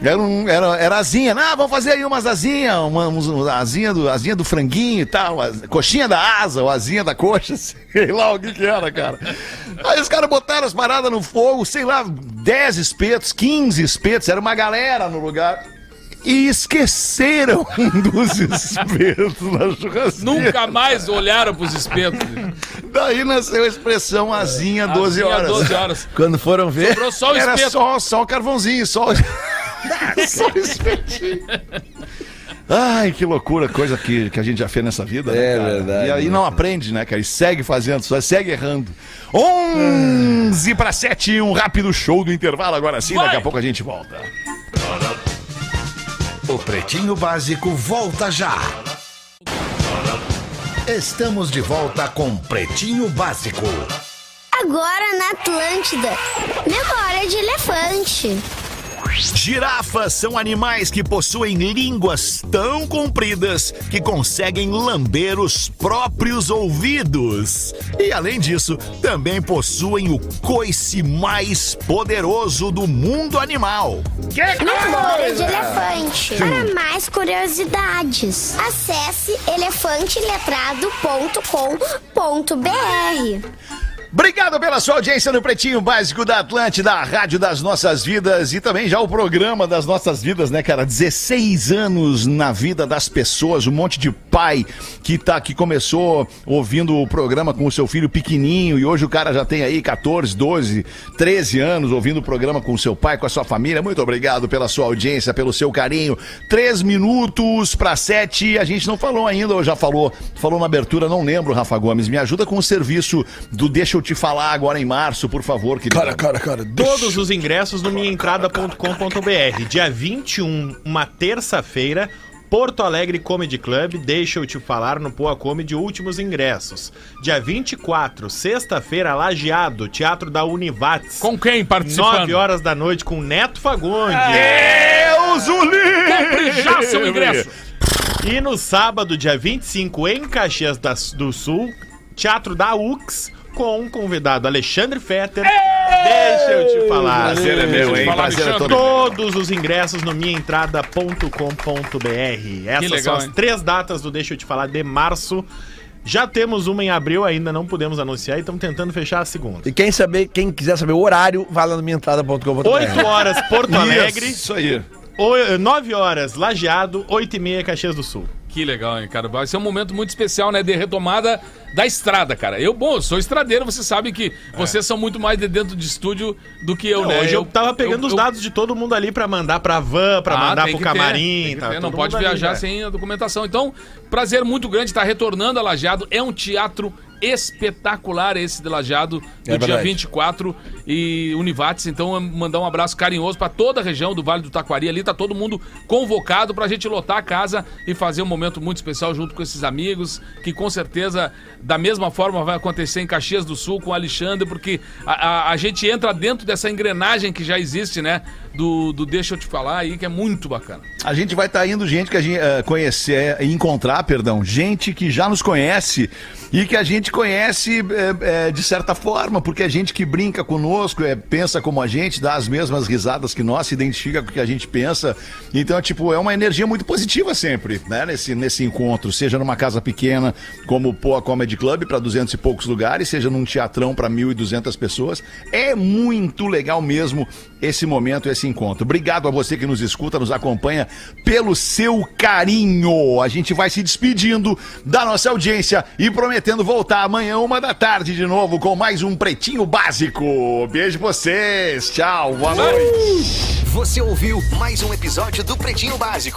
Speaker 1: Era, um, era, era asinha, ah, vamos fazer aí umas asinhas, uma, uns- uns asinha, do, asinha do franguinho e tal, as- coxinha da asa, ou asinha da coxa, sei lá o que que era, cara. Aí os caras botaram as paradas no fogo, sei lá, 10 espetos, 15 espetos, era uma galera no lugar. e esqueceram um dos espetos na churrasqueira.
Speaker 5: Nunca mais olharam pros espetos.
Speaker 1: Daí nasceu a expressão azinha 12
Speaker 5: Azinha,
Speaker 1: horas.
Speaker 5: 12 Assim, horas.
Speaker 1: Quando foram ver,
Speaker 5: Sobrou só o
Speaker 1: era
Speaker 5: espeto.
Speaker 1: Só, só o carvãozinho, só, o- só o espetinho. Ai, que loucura, coisa que, que a gente já fez nessa vida. né,
Speaker 4: É
Speaker 1: cara?
Speaker 4: verdade,
Speaker 1: E aí
Speaker 4: né?
Speaker 1: não aprende, né, cara? E segue fazendo, só segue errando. 11 para 7, um rápido show do intervalo. Agora sim, daqui
Speaker 5: Vai.
Speaker 1: a pouco a gente volta.
Speaker 8: O Pretinho Básico volta já. Estamos de volta com Pretinho Básico.
Speaker 7: Agora na Atlântida. Memória de elefante.
Speaker 1: Girafas são animais que possuem línguas tão compridas que conseguem lamber os próprios ouvidos. E além disso, também possuem o coice mais poderoso do mundo animal.
Speaker 7: Memória de elefante. é Para mais curiosidades, acesse elefanteletrado.com.br.
Speaker 1: Obrigado pela sua audiência no Pretinho Básico da Atlântida, a rádio das nossas vidas e também já o programa das nossas vidas, né, cara? 16 anos na vida das pessoas, um monte de pai que tá que começou ouvindo o programa com o seu filho pequenininho e hoje o cara já tem aí 14, 12, 13 anos ouvindo o programa com o seu pai, com a sua família. Muito obrigado pela sua audiência, pelo seu carinho. Três minutos para sete, a gente não falou ainda, ou já falou, falou na abertura, não lembro, Rafa Gomes. Me ajuda com o serviço do Deixa Eu Te Falar agora em março, por favor, querido.
Speaker 4: Cara, cara, cara.
Speaker 6: Todos os ingressos no minhaentrada.com.br. Dia 21, uma terça-feira, Porto Alegre Comedy Club, deixa eu te falar no Poa Comedy, últimos ingressos. Dia 24, sexta-feira, Lajeado, Teatro da Univates.
Speaker 5: Com quem participando?
Speaker 6: 9 horas da noite com Neto Fagundes.
Speaker 1: Deus o livre!
Speaker 5: Compre já seu ingresso.
Speaker 6: E no sábado, dia 25, em Caxias da- do Sul, Teatro da UX, com um convidado, Alexandre Fetter. Deixa eu te falar.
Speaker 1: Prazer é meu, hein?
Speaker 5: Falar,
Speaker 1: Prazer é
Speaker 5: Alexandre.
Speaker 1: todo.
Speaker 6: Todos os ingressos no minhaentrada.com.br. Essas
Speaker 5: legal,
Speaker 6: são as
Speaker 5: hein?
Speaker 6: três datas do Deixa eu te falar de março. Já temos uma em abril, ainda não podemos anunciar e estamos tentando fechar a segunda.
Speaker 4: E quem, saber, quem quiser saber o horário, vai lá no
Speaker 6: 8
Speaker 4: minhaentrada.com.br.
Speaker 5: É.
Speaker 6: horas Porto Alegre,
Speaker 1: Isso aí.
Speaker 6: 9 horas Lajeado, 8 e meia Caxias do Sul.
Speaker 5: Que legal, hein, cara? Vai ser um momento muito especial, né? De retomada da estrada, cara. Eu, bom, eu sou estradeiro, você sabe que vocês são muito mais de dentro de estúdio do que eu,
Speaker 6: É. Não,
Speaker 5: né?
Speaker 6: hoje eu, tava pegando os
Speaker 5: eu-
Speaker 6: dados de todo mundo ali pra mandar pra van, pra
Speaker 5: Ah,
Speaker 6: mandar
Speaker 5: tem
Speaker 6: pro
Speaker 5: que ter,
Speaker 6: camarim.
Speaker 5: tem que
Speaker 6: tá
Speaker 5: ter,
Speaker 6: todo
Speaker 5: não
Speaker 6: mundo
Speaker 5: pode
Speaker 6: ali,
Speaker 5: viajar
Speaker 6: né?
Speaker 5: sem a documentação. Então, prazer muito grande estar retornando a Lajeado. É um teatro espetacular esse de Lajeado, do dia
Speaker 4: verdade.
Speaker 5: 24 e Univates. Então, é mandar um abraço carinhoso para toda a região do Vale do Taquari. Ali tá todo mundo convocado pra gente lotar a casa e fazer um momento muito especial junto com esses amigos, que com certeza, da mesma forma, vai acontecer em Caxias do Sul com o Alexandre, porque a, a- a gente entra dentro dessa engrenagem que já existe, né? Do, do Deixa Eu Te Falar aí, que é muito bacana.
Speaker 1: A gente vai estar indo gente que a gente eh, conhecer, encontrar, perdão, gente que já nos conhece e que a gente conhece eh, eh, de certa forma, porque é gente que brinca conosco, eh, pensa como a gente, dá as mesmas risadas que nós, se identifica com o que a gente pensa. Então, é, tipo, é uma energia muito positiva sempre, né? Nesse, nesse encontro, seja numa casa pequena como o Poa Comedy Club para 200 e poucos lugares, seja num teatrão para 1.200 pessoas. É muito legal mesmo esse momento, esse encontro. Obrigado a você que nos escuta, nos acompanha pelo seu carinho. A gente vai se despedindo da nossa audiência e prometendo voltar amanhã, uma da tarde, de novo, com mais um Pretinho Básico. Beijo pra vocês. é. Tchau. Boa noite.
Speaker 9: Você ouviu mais um episódio do Pretinho Básico.